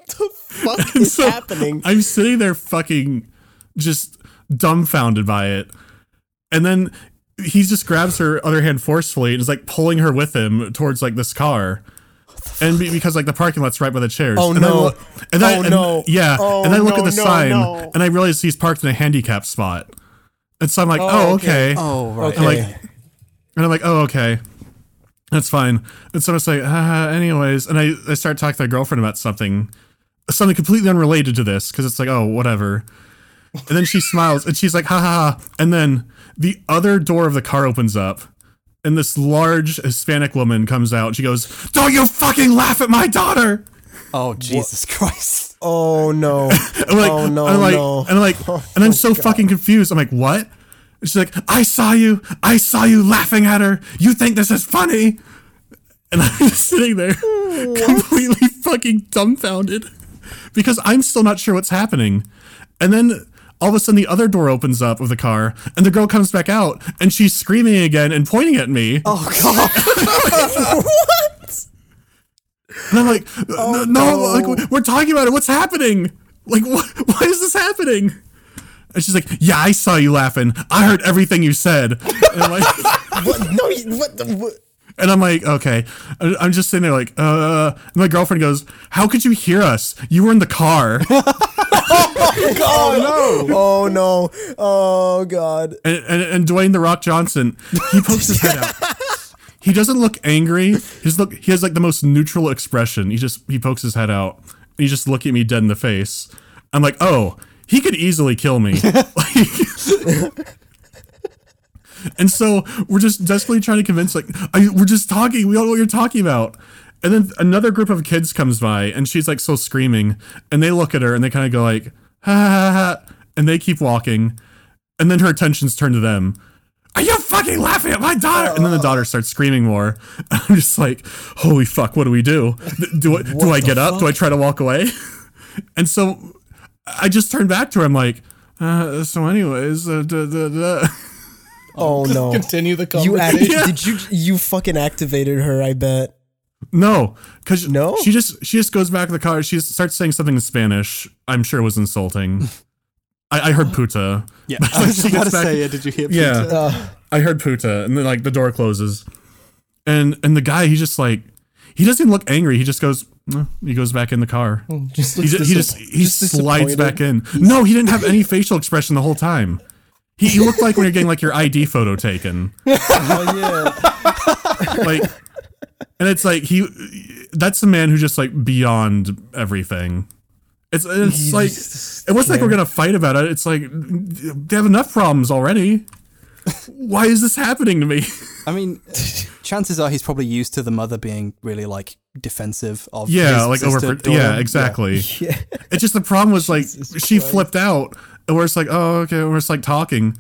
Speaker 3: Fuck is
Speaker 2: So,
Speaker 3: happening.
Speaker 2: I'm sitting there fucking just dumbfounded by it. And then he just grabs her other hand forcefully and is like pulling her with him towards like this car. And be- because like the parking lot's right by the chairs.
Speaker 3: Oh,
Speaker 2: and I
Speaker 3: no.
Speaker 2: look- and I,
Speaker 3: Oh,
Speaker 2: and-
Speaker 3: no.
Speaker 2: Yeah.
Speaker 3: Oh,
Speaker 2: and I look
Speaker 3: no,
Speaker 2: at the
Speaker 3: no,
Speaker 2: sign
Speaker 3: no.
Speaker 2: and I realize he's parked in a handicap spot. And so I'm like, oh, okay.
Speaker 5: Oh right.
Speaker 2: And like, and I'm like, oh, okay, that's fine. And so I was like, ah, anyways, and I, I start talking to my girlfriend about something, something completely unrelated to this, because it's like, oh, whatever. And then she smiles and she's like, ha ha ha. And then the other door of the car opens up. And this large Hispanic woman comes out. She goes, "Don't you fucking laugh at my daughter!"
Speaker 5: Oh Jesus Christ!
Speaker 3: Oh no.
Speaker 2: I'm like,
Speaker 3: Oh, no,
Speaker 2: I'm like,
Speaker 3: no. Oh
Speaker 2: and I'm like, and I'm so fucking confused. I'm like, what? And she's like, I saw you, I saw you laughing at her. You think this is funny? And I'm just sitting there, completely fucking dumbfounded, because I'm still not sure what's happening. And then All of a sudden, the other door opens up of the car, and the girl comes back out, and she's screaming again and pointing at me.
Speaker 5: Oh god.
Speaker 2: And I'm like, "N- no, like we're talking about it. What's happening? Like, what? Why is this happening? And she's like, yeah, I saw you laughing. I heard everything you said. And I'm like.
Speaker 3: What? No, you- what? the- what?
Speaker 2: And I'm like, okay. I- I'm just sitting there like, uh. And my girlfriend goes, "How could you hear us? You were in the car."
Speaker 3: Oh no! Oh no! Oh god!
Speaker 2: and, and, and Dwayne the Rock Johnson, he pokes his head out. He doesn't look angry. His look, he has like the most neutral expression. He just he pokes his head out. And he just look at me dead in the face. I'm like, oh, he could easily kill me. Like- and so we're just desperately trying to convince, like, I, we're just talking. We don't know what you're talking about. And then another group of kids comes by, and she's like still screaming. And they look at her, and they kind of go like, ha ha ha, ha, and they keep walking. And then her attention's turned to them. Are you fucking laughing at my daughter? And then the daughter starts screaming more. I'm just like, holy fuck, what do we do? Th- Do I, do I get up? Do I try to walk away? And so I just turned back to her. I'm like, uh, so anyways, uh, duh, duh, duh.
Speaker 3: Oh no!
Speaker 6: Continue the
Speaker 3: You act-
Speaker 6: conversation.
Speaker 3: did you you fucking activated her? I bet.
Speaker 2: no, because
Speaker 3: No?
Speaker 2: she just she just goes back to the car. She starts saying something in Spanish. I'm sure it was insulting. I, I heard puta.
Speaker 5: Yeah.
Speaker 2: But
Speaker 5: I was
Speaker 2: she
Speaker 5: just
Speaker 2: gets
Speaker 5: about to
Speaker 2: back-
Speaker 5: say, yeah, did you hear
Speaker 2: Yeah.
Speaker 5: Peter?
Speaker 2: I heard puta, and then like the door closes, and and the guy he just like he doesn't look angry. He just goes. "Mm," He goes back in the car.
Speaker 6: Just
Speaker 2: He, ju- he just he slides back in. No, he didn't have any facial expression the whole time. He, he looked like when you're getting like your ID photo taken.
Speaker 3: Oh yeah!
Speaker 2: Like, and it's like he that's the man who just like beyond everything. It's it's like it wasn't like we're gonna fight about it. It's like they have enough problems already. Why is this happening to me?
Speaker 5: I mean, chances are he's probably used to the mother being really like defensive of
Speaker 2: Yeah,
Speaker 5: his
Speaker 2: like
Speaker 5: sister,
Speaker 2: over.
Speaker 5: daughter.
Speaker 2: Yeah, exactly. It's just the problem was like she flipped out, and we're just like, oh, okay. We're just like talking.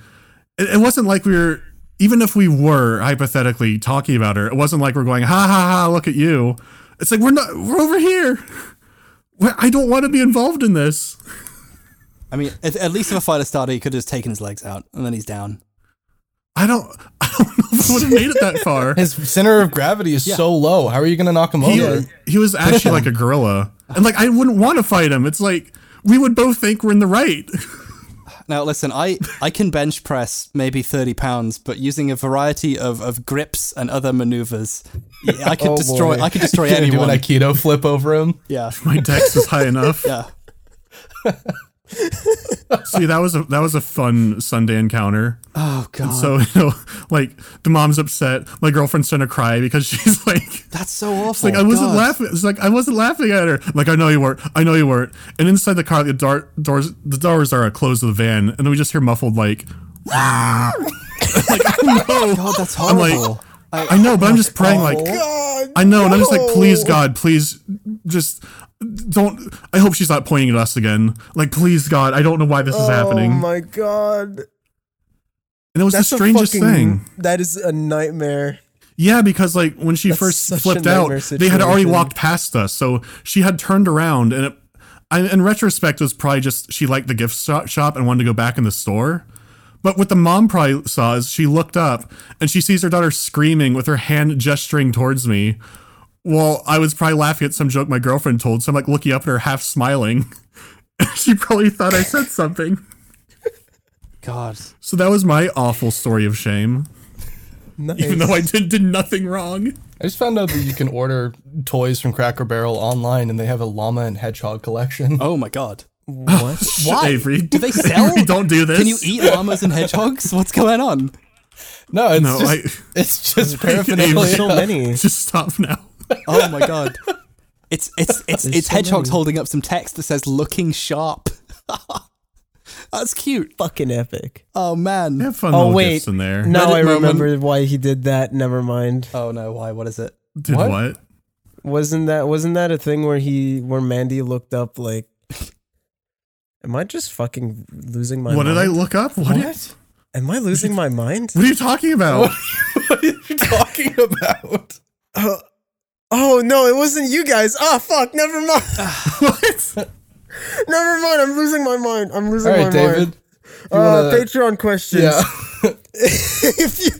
Speaker 2: It, it wasn't like we were. Even if we were hypothetically talking about her, it wasn't like we're going, ha ha ha, look at you. It's like we're not. We're over here. We're- I don't want to be involved in this.
Speaker 5: I mean, at, at least if a fight had started, he could have just taken his legs out and then he's down.
Speaker 2: I don't. I don't know if I would have made it that far.
Speaker 6: His center of gravity is so low. How are you going to knock him over?
Speaker 2: he, he was actually like a gorilla, and like I wouldn't want to fight him. It's like we would both think we're in the right.
Speaker 5: Now, listen, I, I can bench press maybe 30 pounds, but using a variety of, of grips and other maneuvers, yeah, I could
Speaker 6: Oh,
Speaker 5: destroy
Speaker 6: boy.
Speaker 5: I could destroy
Speaker 6: You're gonna
Speaker 5: anyone.
Speaker 6: Do an aikido flip over him.
Speaker 5: yeah.
Speaker 2: My dex is high enough.
Speaker 5: Yeah.
Speaker 2: See, that was a that was a fun Sunday encounter.
Speaker 5: Oh, God.
Speaker 2: So you know, like the mom's upset. My girlfriend's trying to cry because she's like,
Speaker 5: That's so awful.
Speaker 2: like I wasn't
Speaker 5: Oh, God.
Speaker 2: laughing. It's like I wasn't laughing at her. I'm like I know you weren't. I know you weren't. And inside the car, the door, doors the doors are closed of the van, and then we just hear muffled like, "Wah!" like oh no.
Speaker 5: God, that's
Speaker 2: I'm like,
Speaker 5: horrible.
Speaker 2: I know, but I'm just praying
Speaker 3: Oh,
Speaker 2: like. I know, and I'm just like, please, God, please, just don't. I hope she's not pointing at us again. Like, please, God, I don't know why this is happening.
Speaker 3: Oh my god!
Speaker 2: and it was the
Speaker 3: a
Speaker 2: strangest
Speaker 3: fucking-
Speaker 2: thing.
Speaker 3: That is a nightmare.
Speaker 2: Yeah, because like when she
Speaker 3: That's
Speaker 2: first
Speaker 3: such a
Speaker 2: flipped out,
Speaker 3: nightmare
Speaker 2: they had already
Speaker 3: situation.
Speaker 2: walked past us, so she had turned around, and it, I, in retrospect, it was probably just she liked the gift shop shop and wanted to go back in the store. But what the mom probably saw is she looked up and she sees her daughter screaming with her hand gesturing towards me. Well, I was probably laughing at some joke my girlfriend told, so I'm like looking up at her half smiling. she probably thought I said something.
Speaker 5: God.
Speaker 2: So that was my awful story of shame,
Speaker 3: Nice.
Speaker 2: even though I did did nothing wrong.
Speaker 6: I just found out that you can order toys from Cracker Barrel online, and they have a llama and hedgehog collection.
Speaker 5: Oh, my God.
Speaker 2: Why? Avery,
Speaker 5: Do they sell?
Speaker 2: Avery, don't do this.
Speaker 5: Can you eat llamas and hedgehogs? What's going on?
Speaker 6: No, it's
Speaker 2: No,
Speaker 6: just
Speaker 2: I-
Speaker 6: it's just
Speaker 2: Avery,
Speaker 6: paraphernalia.
Speaker 3: so many.
Speaker 2: Just stop now.
Speaker 5: Oh my god. It's it's it's it's
Speaker 3: so
Speaker 5: hedgehogs
Speaker 3: many.
Speaker 5: holding up some text that says "looking sharp." That's cute.
Speaker 3: Fucking epic.
Speaker 5: Oh man.
Speaker 2: Have fun
Speaker 3: Oh
Speaker 2: little
Speaker 3: wait,
Speaker 2: gifts in there.
Speaker 3: now
Speaker 5: Reddit
Speaker 3: I
Speaker 5: moment.
Speaker 3: remember why he did that. Never mind.
Speaker 5: Oh no, why? What is it?
Speaker 2: Did what?
Speaker 6: What?
Speaker 3: Wasn't that wasn't that a thing where he where Mandy looked up like? Am I just fucking losing my?
Speaker 2: What did I
Speaker 3: mind?
Speaker 2: look up? What? Are you,
Speaker 6: What?
Speaker 3: I? Am I losing my mind?
Speaker 2: what are you talking about?
Speaker 6: what are you talking about?
Speaker 3: Oh no, it wasn't you guys. Ah, fuck. Never mind.
Speaker 2: what?
Speaker 3: Never mind. I'm losing my mind. I'm losing
Speaker 6: All
Speaker 3: my
Speaker 6: right,
Speaker 3: mind.
Speaker 6: David.
Speaker 7: Uh,
Speaker 6: wanna-
Speaker 7: Patreon questions.
Speaker 6: Yeah.
Speaker 7: if you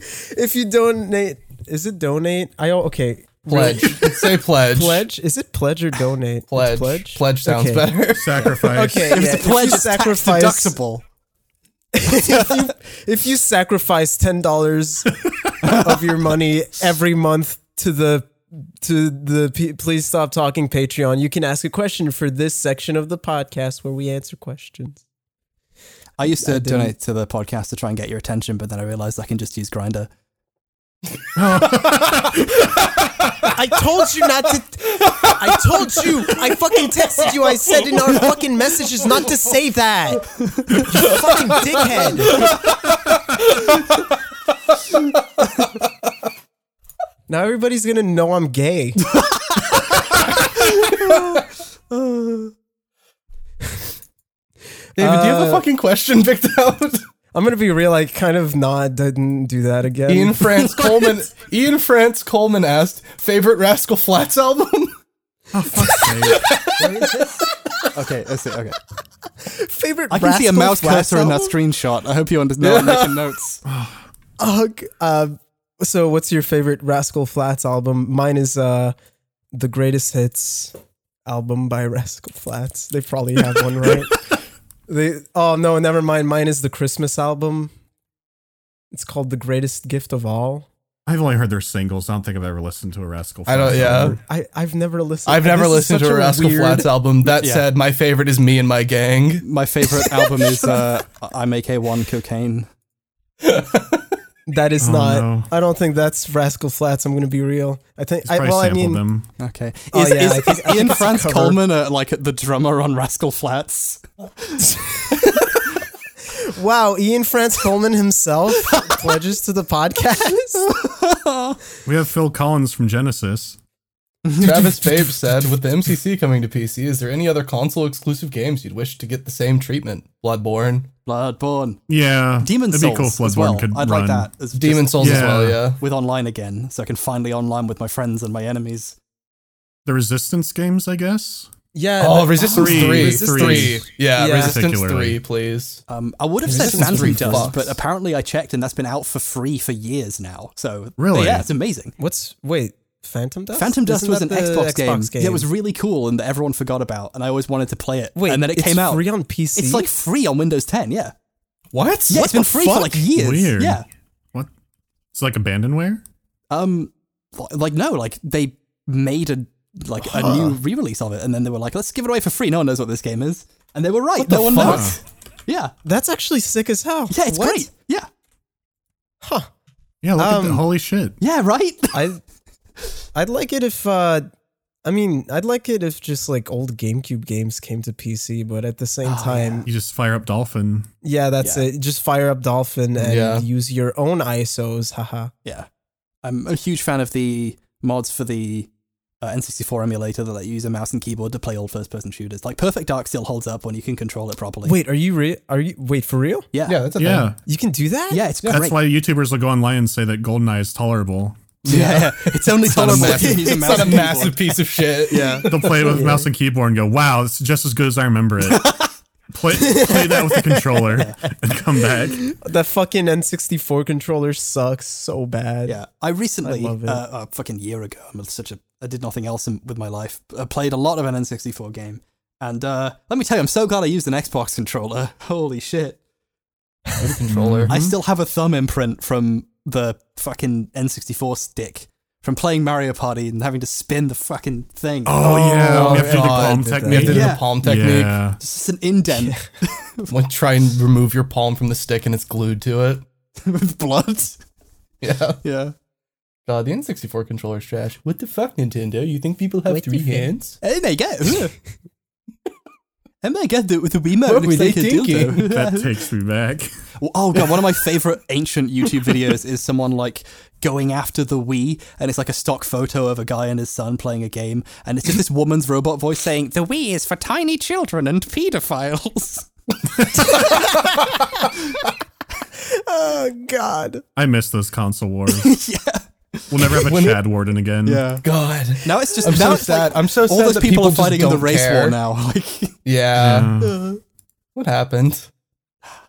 Speaker 7: if you donate, is it donate? I al- okay.
Speaker 6: pledge. Say pledge.
Speaker 7: Pledge? Is it pledge or donate? It's
Speaker 6: Pledge.
Speaker 7: Pledge.
Speaker 6: Pledge. sounds
Speaker 7: Okay.
Speaker 6: better.
Speaker 2: Sacrifice.
Speaker 7: Okay.
Speaker 5: If
Speaker 7: yeah,
Speaker 5: it's a pledge,
Speaker 7: you
Speaker 5: it's tax deductible.
Speaker 7: if you sacrifice ten dollars of your money every month to the to the P- please stop talking Patreon, you can ask a question for this section of the podcast where we answer questions.
Speaker 5: I used to donate to the podcast to try and get your attention, but then I realized I can just use Grinder.
Speaker 7: I told you not to. I told you. I fucking texted you. I said in our fucking messages not to say that. You fucking dickhead. Now everybody's gonna know I'm gay.
Speaker 6: David, do you have a
Speaker 7: Uh,
Speaker 6: fucking question picked out?
Speaker 7: I'm gonna be real. I kind of nod. Didn't do that again.
Speaker 6: Ian France Coleman. Ian France Coleman asked favorite Rascal Flats album.
Speaker 2: Oh,
Speaker 5: Okay, let's see. Okay,
Speaker 7: favorite.
Speaker 5: I can see a
Speaker 7: Rascal
Speaker 5: mouse
Speaker 7: Flatts
Speaker 5: cursor in that
Speaker 7: album?
Speaker 5: screenshot. I hope you understand. I'm making notes.
Speaker 7: Ugh. Uh, so, what's your favorite Rascal Flats album? Mine is uh, the Greatest Hits album by Rascal Flats. They probably have one, right? they. Oh no, never mind. Mine is the Christmas album. It's called the Greatest Gift of All.
Speaker 2: I've only heard their singles. I don't think I've ever listened to a Rascal.
Speaker 6: I don't.
Speaker 2: Flatts
Speaker 6: Yeah.
Speaker 2: album.
Speaker 7: I I've never listened.
Speaker 6: I've never
Speaker 7: This is
Speaker 6: listened
Speaker 7: such
Speaker 6: to a Rascal
Speaker 7: weird-
Speaker 6: Flats album. That
Speaker 5: Yeah.
Speaker 6: said, my favorite is Me and My Gang.
Speaker 5: My favorite album is uh, I Make A One Cocaine.
Speaker 7: That is
Speaker 2: Oh,
Speaker 7: not.
Speaker 2: no.
Speaker 7: I don't think that's Rascal Flats. I'm gonna be real. I think. I,
Speaker 2: Probably
Speaker 7: well, I
Speaker 2: sampled
Speaker 7: mean,
Speaker 2: them.
Speaker 5: Okay, is,
Speaker 7: Oh, yeah,
Speaker 5: is,
Speaker 7: I
Speaker 5: is
Speaker 7: think- I think
Speaker 5: Ian
Speaker 7: it's a
Speaker 5: France
Speaker 7: cover.
Speaker 5: Coleman uh, like the drummer on Rascal Flats?
Speaker 7: wow. Ian France Coleman himself pledges to the podcast.
Speaker 2: We have Phil Collins from Genesis.
Speaker 6: Travis Babe said, "With the MCC coming to PC, is there any other console exclusive games you'd wish to get the same treatment? Bloodborne,
Speaker 5: Bloodborne,
Speaker 2: Yeah.
Speaker 5: Demon
Speaker 2: It'd
Speaker 5: Souls
Speaker 2: be cool if
Speaker 5: as
Speaker 2: Bloodborne
Speaker 5: well.
Speaker 2: could
Speaker 5: I'd
Speaker 2: run.
Speaker 5: like that. As just
Speaker 6: Demon Souls as
Speaker 2: Yeah.
Speaker 6: well. Yeah,
Speaker 5: with online again, so I can finally online with my friends and my enemies.
Speaker 2: The Resistance games, I guess.
Speaker 5: Um,
Speaker 7: Yeah.
Speaker 6: Oh,
Speaker 7: that-
Speaker 6: Resistance
Speaker 2: Three.
Speaker 6: three, three,
Speaker 2: Resistance.
Speaker 6: Yeah,
Speaker 7: Yeah.
Speaker 6: Resistance
Speaker 2: Particularly.
Speaker 6: 3, please.
Speaker 5: Um, I would have said
Speaker 6: Resistance
Speaker 5: Phantom
Speaker 6: three
Speaker 5: Dust,
Speaker 6: fucks.
Speaker 5: but apparently I checked and that's been out for free for years now. So
Speaker 2: Really?
Speaker 5: yeah, it's amazing.
Speaker 7: What's wait? Phantom Dust.
Speaker 5: Phantom Dust
Speaker 7: Isn't
Speaker 5: was an
Speaker 7: that the
Speaker 5: Xbox, game,
Speaker 7: Xbox
Speaker 5: Yeah, it was really cool and that everyone forgot about, and I always wanted to play it.
Speaker 7: Wait,
Speaker 5: and then it
Speaker 7: it's
Speaker 5: came out.
Speaker 7: free on PC.
Speaker 5: It's like free on Windows 10. Yeah,
Speaker 6: What?
Speaker 5: yeah, it's been free for like years.
Speaker 2: Weird.
Speaker 5: Yeah,
Speaker 2: What? It's like abandonware.
Speaker 5: um, like no, like they made a like a new re-release of it, and then they were like, let's give it away for free. No one knows what this game is, and they were right. no one
Speaker 2: fuck?
Speaker 5: knows. Yeah,
Speaker 7: that's actually sick as hell.
Speaker 5: yeah, it's
Speaker 7: What?
Speaker 5: great. Yeah,
Speaker 2: Yeah. Look at that.
Speaker 7: Um,
Speaker 2: Holy shit.
Speaker 5: yeah, right.
Speaker 7: I I'd like it if uh I mean I'd like it if just like old GameCube games came to PC, but at the same time,
Speaker 2: You just fire up Dolphin.
Speaker 7: yeah, that's
Speaker 5: Oh, Yeah.
Speaker 7: it. Just fire up Dolphin and
Speaker 6: Yeah.
Speaker 7: use your own ISOs. Haha.
Speaker 5: Yeah. I'm a huge fan of the mods for the uh, N64 emulator that let you use a mouse and keyboard to play old first person shooters. Like Perfect Dark still holds up when you can control it properly.
Speaker 7: Wait, are you re- are you wait for real?
Speaker 5: Yeah.
Speaker 6: Yeah,
Speaker 5: Yeah,
Speaker 6: that's a
Speaker 2: Yeah.
Speaker 6: thing.
Speaker 7: You can do that?
Speaker 5: it's
Speaker 2: That's
Speaker 5: great.
Speaker 2: why YouTubers will go online and say that GoldenEye is tolerable.
Speaker 5: yeah. it's only
Speaker 6: Not a
Speaker 5: tolerable if you
Speaker 6: massive,
Speaker 5: can use a
Speaker 6: it's
Speaker 5: mouse
Speaker 6: not a
Speaker 5: and
Speaker 6: massive
Speaker 5: keyboard.
Speaker 6: piece of shit. Yeah.
Speaker 2: They'll play it with mouse and keyboard and go, "Wow, it's just as good as I remember it." play play that with the controller and come back.
Speaker 7: That fucking N64 controller sucks so bad.
Speaker 5: Yeah, I recently,
Speaker 7: I love it.
Speaker 5: uh, a fucking year ago, I'm such a, I did nothing else in, with my life. I played a lot of an N64 game, and uh, let me tell you, I'm so glad I used an Xbox controller. Holy shit!
Speaker 6: Controller.
Speaker 5: I still have a thumb imprint from the fucking N64 stick from playing Mario Party and having to spin the fucking thing.
Speaker 2: Oh, yeah, we have to do the
Speaker 6: God.
Speaker 2: palm
Speaker 6: We have to
Speaker 2: technique.
Speaker 6: do
Speaker 5: Yeah.
Speaker 6: the palm technique.
Speaker 2: Yeah.
Speaker 5: It's just an indent
Speaker 6: Like try and remove your palm from the stick and it's glued to it.
Speaker 5: with blood.
Speaker 6: Yeah.
Speaker 5: Yeah.
Speaker 6: God, Uh, the N64 controller's trash. What the fuck, Nintendo? You think people have three hands?
Speaker 5: And they get. And they get the, with the Wiimote
Speaker 6: What
Speaker 5: and
Speaker 6: were they
Speaker 5: extended dildo.
Speaker 2: That takes me back.
Speaker 5: Oh god, one of my favorite ancient YouTube videos is someone like going after the Wii, and it's like a stock photo of a guy and his son playing a game, and it's just this woman's robot voice saying, "The Wii is for tiny children and pedophiles."
Speaker 7: Oh god.
Speaker 2: I miss those console wars. yeah. We'll never have a Chad Warden again. Yeah.
Speaker 6: God.
Speaker 5: Now it's just
Speaker 6: I'm
Speaker 5: now
Speaker 6: so
Speaker 5: it's like,
Speaker 6: sad. I'm so sad.
Speaker 5: all those
Speaker 6: that
Speaker 5: people, are
Speaker 6: just
Speaker 5: fighting in the
Speaker 6: don't
Speaker 5: race
Speaker 6: care.
Speaker 5: war now. Like,
Speaker 6: Yeah. What happened?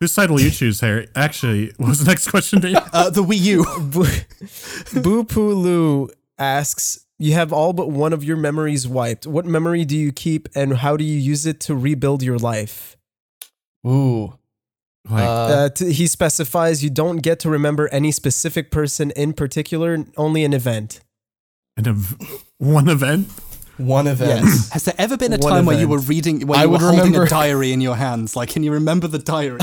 Speaker 2: Whose side will you choose, Harry? Actually, what was the next question, Dave?
Speaker 5: Uh, the Wii U.
Speaker 7: Boo Poo Lou asks, you have all but one of your memories wiped. What memory do you keep and how do you use it to rebuild your life?
Speaker 6: Ooh.
Speaker 2: Like,
Speaker 7: Uh, t- he specifies you don't get to remember any specific person in particular, only an event.
Speaker 2: an ev- one event?
Speaker 6: One event.
Speaker 5: Yes. Has there ever been a time where you were
Speaker 7: event?
Speaker 5: reading, where
Speaker 6: I
Speaker 5: you were
Speaker 6: would
Speaker 5: holding
Speaker 6: remember-
Speaker 5: a diary in your hands? Like, can you remember the diary?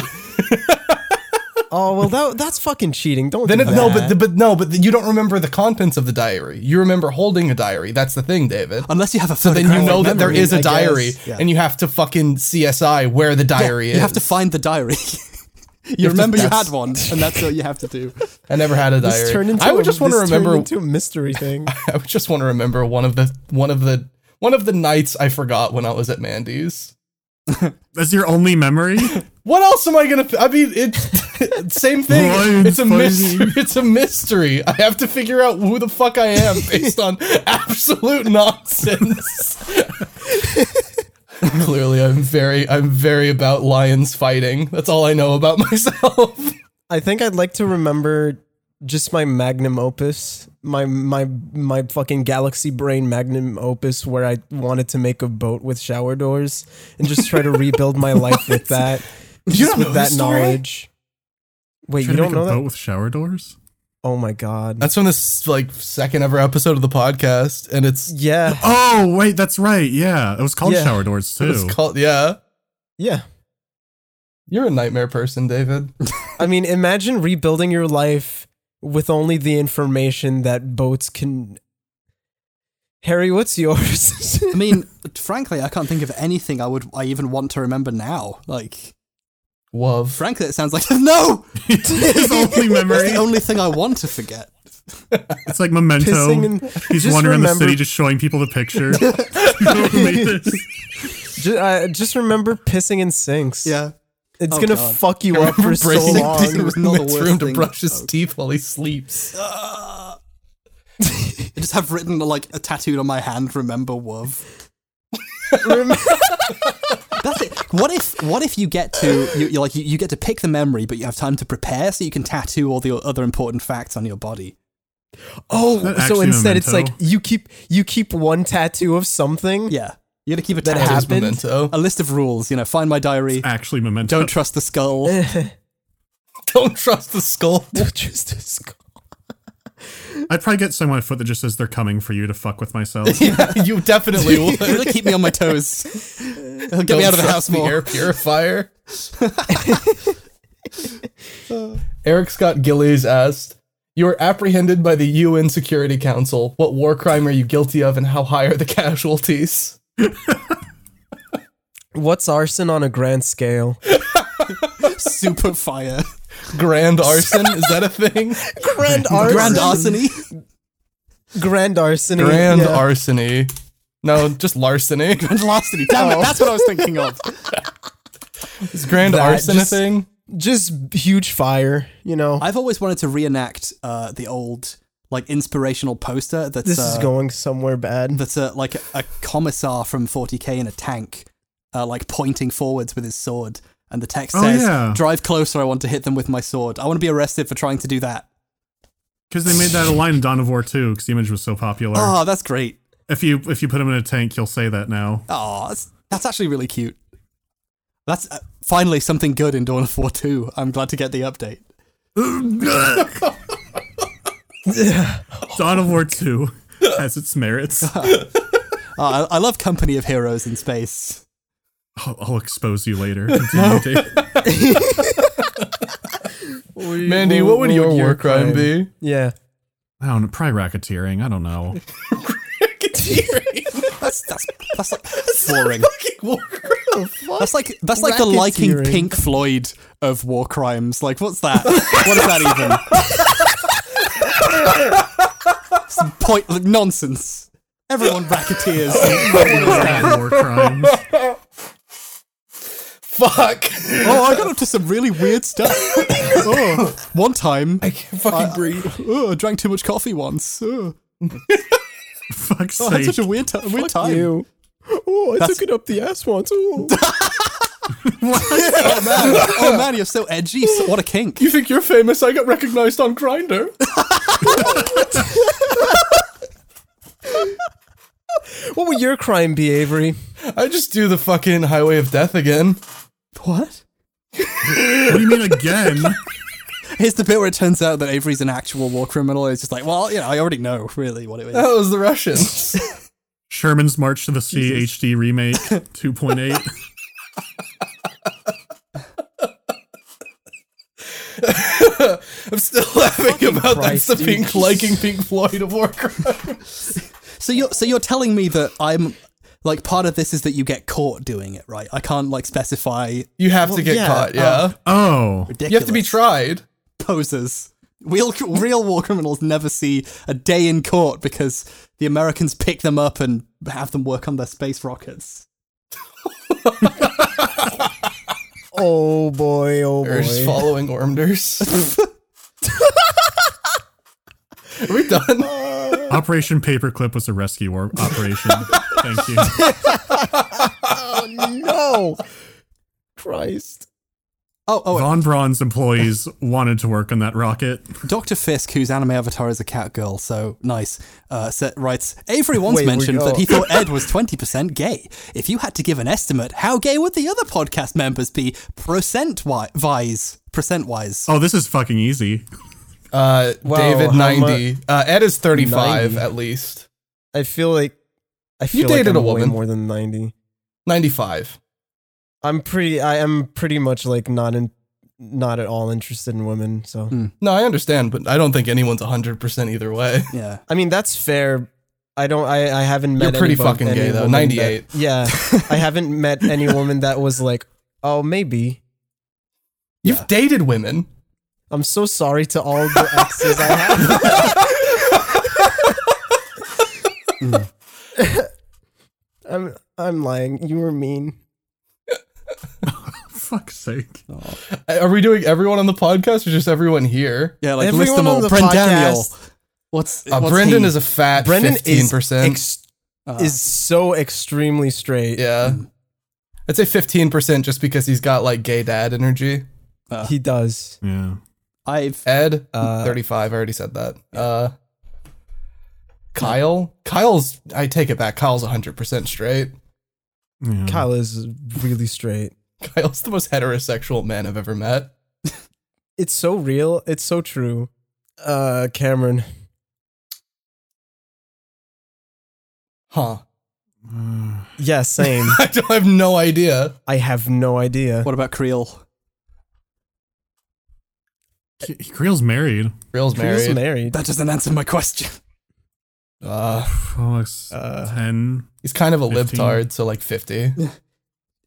Speaker 7: Oh, well, that, that's fucking cheating. Don't
Speaker 6: Then
Speaker 7: do
Speaker 6: it,
Speaker 7: that.
Speaker 6: no, but but no, but you don't remember the contents of the diary. You remember holding a diary. That's the thing, David.
Speaker 5: Unless you have a
Speaker 6: So then you
Speaker 5: photographic
Speaker 6: know that there
Speaker 5: memory,
Speaker 6: is a
Speaker 5: I guess.
Speaker 6: diary,
Speaker 5: Yeah.
Speaker 6: and you have to fucking CSI where the diary
Speaker 5: you
Speaker 6: is.
Speaker 5: have to find the diary. you, remember you
Speaker 6: that's-
Speaker 5: had one, and that's all you have to do.
Speaker 6: I never had a
Speaker 7: This turned
Speaker 6: diary.
Speaker 7: into
Speaker 6: I would
Speaker 7: a-
Speaker 6: just want to
Speaker 7: this turned
Speaker 6: remember.
Speaker 7: into a mystery thing.
Speaker 6: I would just want to remember one of the one of the one of the nights I forgot when I was at Mandy's.
Speaker 2: That's your only memory?
Speaker 6: What else am I gonna? I mean, it's same thing.
Speaker 2: Ryan's
Speaker 6: it's a mystery.
Speaker 2: funny.
Speaker 6: It's a mystery. I have to figure out who the fuck I am based on absolute nonsense. Clearly, I'm very, I'm very about lions fighting. That's all I know about myself.
Speaker 7: I think I'd like to remember just my magnum opus, my my my fucking galaxy brain magnum opus, where I wanted to make a boat with shower doors and just try to rebuild my life with that, just
Speaker 6: don't
Speaker 7: with
Speaker 6: know
Speaker 7: that
Speaker 6: this story?
Speaker 7: knowledge. Wait,
Speaker 2: Trying to
Speaker 7: you
Speaker 2: make
Speaker 7: don't
Speaker 2: a
Speaker 7: know
Speaker 2: boat
Speaker 7: that?
Speaker 2: with shower doors?
Speaker 7: Oh my god!
Speaker 6: That's from this like second ever episode of the podcast, and it's
Speaker 7: yeah,
Speaker 2: Oh, wait, that's right. Yeah. It was called
Speaker 7: Yeah.
Speaker 2: shower doors, too.
Speaker 6: it's called yeah.
Speaker 7: yeah.
Speaker 6: You're a nightmare person, David.
Speaker 7: I mean, imagine rebuilding your life with only the information that boats can. Harry, what's yours?
Speaker 5: I mean, frankly, I can't think of anything I would, I even want to remember now. Like,
Speaker 6: Love.
Speaker 5: frankly, it sounds like no.
Speaker 2: His only
Speaker 5: That's
Speaker 2: memory.
Speaker 5: the only thing I want to forget.
Speaker 2: It's like memento.
Speaker 7: Pissing and-
Speaker 2: He's
Speaker 7: just
Speaker 2: wandering the
Speaker 7: remember-
Speaker 2: city just showing people the picture. Only this.
Speaker 7: just, uh, just remember pissing in sinks.
Speaker 5: Yeah.
Speaker 7: It's
Speaker 5: Oh,
Speaker 7: gonna
Speaker 5: God.
Speaker 7: fuck you up for so
Speaker 6: Breaking
Speaker 7: long.
Speaker 5: It was not the
Speaker 6: It's
Speaker 5: worst
Speaker 6: room to
Speaker 5: thing.
Speaker 6: brush his teeth while he sleeps.
Speaker 5: I just have written like a tattooed on my hand. Remember, Wuv. That's it. What if what if you get to you you're like you, you get to pick the memory, but you have time to prepare so you can tattoo all the other important facts on your body.
Speaker 7: Oh,
Speaker 2: That
Speaker 7: so
Speaker 2: actually
Speaker 7: instead it's like
Speaker 2: memento.
Speaker 7: you keep you keep one tattoo of something.
Speaker 5: Yeah, you got to keep a
Speaker 7: That
Speaker 5: tattoo.
Speaker 6: His
Speaker 7: happened.
Speaker 6: memento.
Speaker 5: A list of rules. You know, find my diary.
Speaker 2: Actually, memento.
Speaker 5: Don't trust the skull.
Speaker 6: Don't trust the skull.
Speaker 7: Just a skull.
Speaker 2: I'd probably get someone a foot that just says they're coming for you to fuck with myself.
Speaker 6: yeah, you definitely would.
Speaker 5: It'll keep me on my toes. It'll get
Speaker 6: Don't
Speaker 5: me out of the
Speaker 6: trust
Speaker 5: house more.
Speaker 6: air purifier. Eric Scott Gillies asked, "You were apprehended by the UN Security Council. What war crime are you guilty of, and how high are the casualties?"
Speaker 7: What's arson on a grand scale?
Speaker 5: Super fire.
Speaker 6: Grand arson is that a thing?
Speaker 7: Grand arson.
Speaker 5: Grand arsony.
Speaker 7: Grand arsony.
Speaker 6: Grand
Speaker 7: yeah.
Speaker 6: arsony. No, just larceny.
Speaker 5: Grand larceny. Damn it, that's what I was thinking of.
Speaker 6: Is grand
Speaker 7: That
Speaker 6: arson
Speaker 7: just-
Speaker 6: a thing?
Speaker 7: Just huge fire. You know.
Speaker 5: I've always wanted to reenact uh, the old like inspirational poster that's
Speaker 7: this
Speaker 5: uh,
Speaker 7: is going somewhere bad.
Speaker 5: that's uh, like a commissar from 40k in a tank, uh, like pointing forwards with his sword, and the text
Speaker 2: Oh,
Speaker 5: says,
Speaker 2: yeah.
Speaker 5: "Drive closer. I want to hit them with my sword. I want to be arrested for trying to do that."
Speaker 2: Because they made that a line in Dawn of War 2 because the image was so popular.
Speaker 5: Oh, that's great.
Speaker 2: If you if you put him in a tank, you'll say that now.
Speaker 5: Oh, that's, that's actually really cute. That's uh, finally something good in Dawn of War 2. I'm glad to get the update.
Speaker 2: Dawn of War 2 has its merits.
Speaker 5: Uh, I, I love Company of Heroes in space.
Speaker 2: I'll, I'll expose you later. Continue, Dave.
Speaker 6: Mandy, what would your war crime be?
Speaker 7: Yeah.
Speaker 2: I don't know, probably racketeering. I don't know.
Speaker 5: That's that's that's like boring. That's like that's like the liking
Speaker 7: Racketeering.
Speaker 5: Pink Floyd of war crimes. Like, what's that? what is that even? Some point like, nonsense. Everyone racketeers. Oh,
Speaker 2: Bad war crimes.
Speaker 6: Fuck.
Speaker 5: oh, I got up to some really weird stuff. oh, one time, I,
Speaker 6: Fucking breathe.
Speaker 5: oh, I drank too much coffee once. Oh,
Speaker 2: Fuck's
Speaker 5: I had
Speaker 2: sake.
Speaker 5: such a weird, ti- weird time.
Speaker 7: Ew. Oh, I
Speaker 5: That's-
Speaker 7: took it up the ass once. Ooh.
Speaker 5: oh man, you're so edgy. So, what a kink.
Speaker 6: You think you're famous? I got recognized on Grinder.
Speaker 7: What would your crime be, Avery?
Speaker 6: I just do the fucking Highway of Death again.
Speaker 5: What?
Speaker 2: What do you mean again?
Speaker 5: Here's the bit where it turns out that Avery's an actual war criminal. It's just like, well, you know, I already know really what it is.
Speaker 6: That was the Russians.
Speaker 2: Sherman's March to the Sea HD remake 2.8.
Speaker 6: I'm still laughing about that's the pink liking Pink Floyd of Warcraft.
Speaker 5: So you're so you're telling me that I'm like part of this is that you get caught doing it, right? I can't like specify
Speaker 6: You have to get caught, yeah.
Speaker 2: Oh,
Speaker 5: ridiculous
Speaker 6: you have to be tried.
Speaker 5: posers. Real real war criminals never see a day in court because the Americans pick them up and have them work on their space rockets.
Speaker 7: Oh boy, oh
Speaker 6: Or just
Speaker 7: boy.
Speaker 6: following Ormders. Are we done?
Speaker 2: Oh, Operation Paperclip was a rescue war operation. Thank you.
Speaker 7: No, Christ.
Speaker 5: Oh, oh,
Speaker 2: Von Braun's employees wanted to work on that rocket.
Speaker 5: Dr. Fisk, whose anime avatar is a cat girl, so nice, uh, sa- writes Avery once
Speaker 7: Wait, we-
Speaker 5: mentioned that
Speaker 7: oh.
Speaker 5: he thought Ed was 20% gay. If you had to give an estimate, how gay would the other podcast members be percent wi- wise? Percent wise.
Speaker 2: Oh, this is fucking easy.
Speaker 6: Uh, David
Speaker 7: how
Speaker 6: 90. Uh, Ed is 35
Speaker 7: 90.
Speaker 6: at least.
Speaker 7: I feel like I feel like
Speaker 6: dated a
Speaker 7: I'm way
Speaker 6: woman.
Speaker 7: more than ninety.
Speaker 6: 95.
Speaker 7: I'm pretty. I am pretty much like not in, not at all interested in women. So
Speaker 6: No, I understand, but I don't think anyone's 100% either way.
Speaker 5: Yeah.
Speaker 7: I mean that's fair. I don't. I I haven't met.
Speaker 6: pretty
Speaker 7: anybody-
Speaker 6: fucking
Speaker 7: any
Speaker 6: gay, though.
Speaker 7: woman
Speaker 6: 98.
Speaker 7: that- yeah, I haven't met any woman that was like, oh maybe.
Speaker 6: You've dated women.
Speaker 7: I'm so sorry to all the exes I have. I'm I'm lying. You were mean.
Speaker 2: Fuck's sake.
Speaker 6: Are we doing everyone on the podcast or just everyone here?
Speaker 5: Yeah, like
Speaker 7: Everyone
Speaker 5: list them
Speaker 7: on
Speaker 5: all.
Speaker 7: the
Speaker 5: Brendan Daniel.
Speaker 7: podcast-
Speaker 5: What's,
Speaker 6: Uh,
Speaker 5: what's
Speaker 6: Brendan
Speaker 5: he? Uh,
Speaker 6: is a fat
Speaker 7: Brendan
Speaker 6: 15%.
Speaker 7: is ex- is so extremely straight.
Speaker 6: Uh, yeah. I'd say 15% just because he's got like gay dad energy.
Speaker 7: He does.
Speaker 2: Yeah.
Speaker 5: I've
Speaker 6: Ed,
Speaker 7: Uh,
Speaker 6: 35. I already said that. Uh, Kyle? Kyle's, I take it back. Kyle's 100% straight.
Speaker 2: yeah.
Speaker 6: Mm.
Speaker 7: Kyle is really straight.
Speaker 6: Kyle's the most heterosexual man I've ever met.
Speaker 7: It's so real. It's so true. Uh, Cameron.
Speaker 6: Huh.
Speaker 7: Yeah, same.
Speaker 6: I don't I have no idea.
Speaker 7: I have no idea.
Speaker 5: what about Creel?
Speaker 2: K- Creel's married.
Speaker 6: Real's
Speaker 7: Creel's
Speaker 6: married.
Speaker 7: married.
Speaker 5: That doesn't answer my question.
Speaker 6: uh,
Speaker 2: Fuck's 10.
Speaker 6: he's kind of a
Speaker 2: 15.
Speaker 6: libtard, so like 50.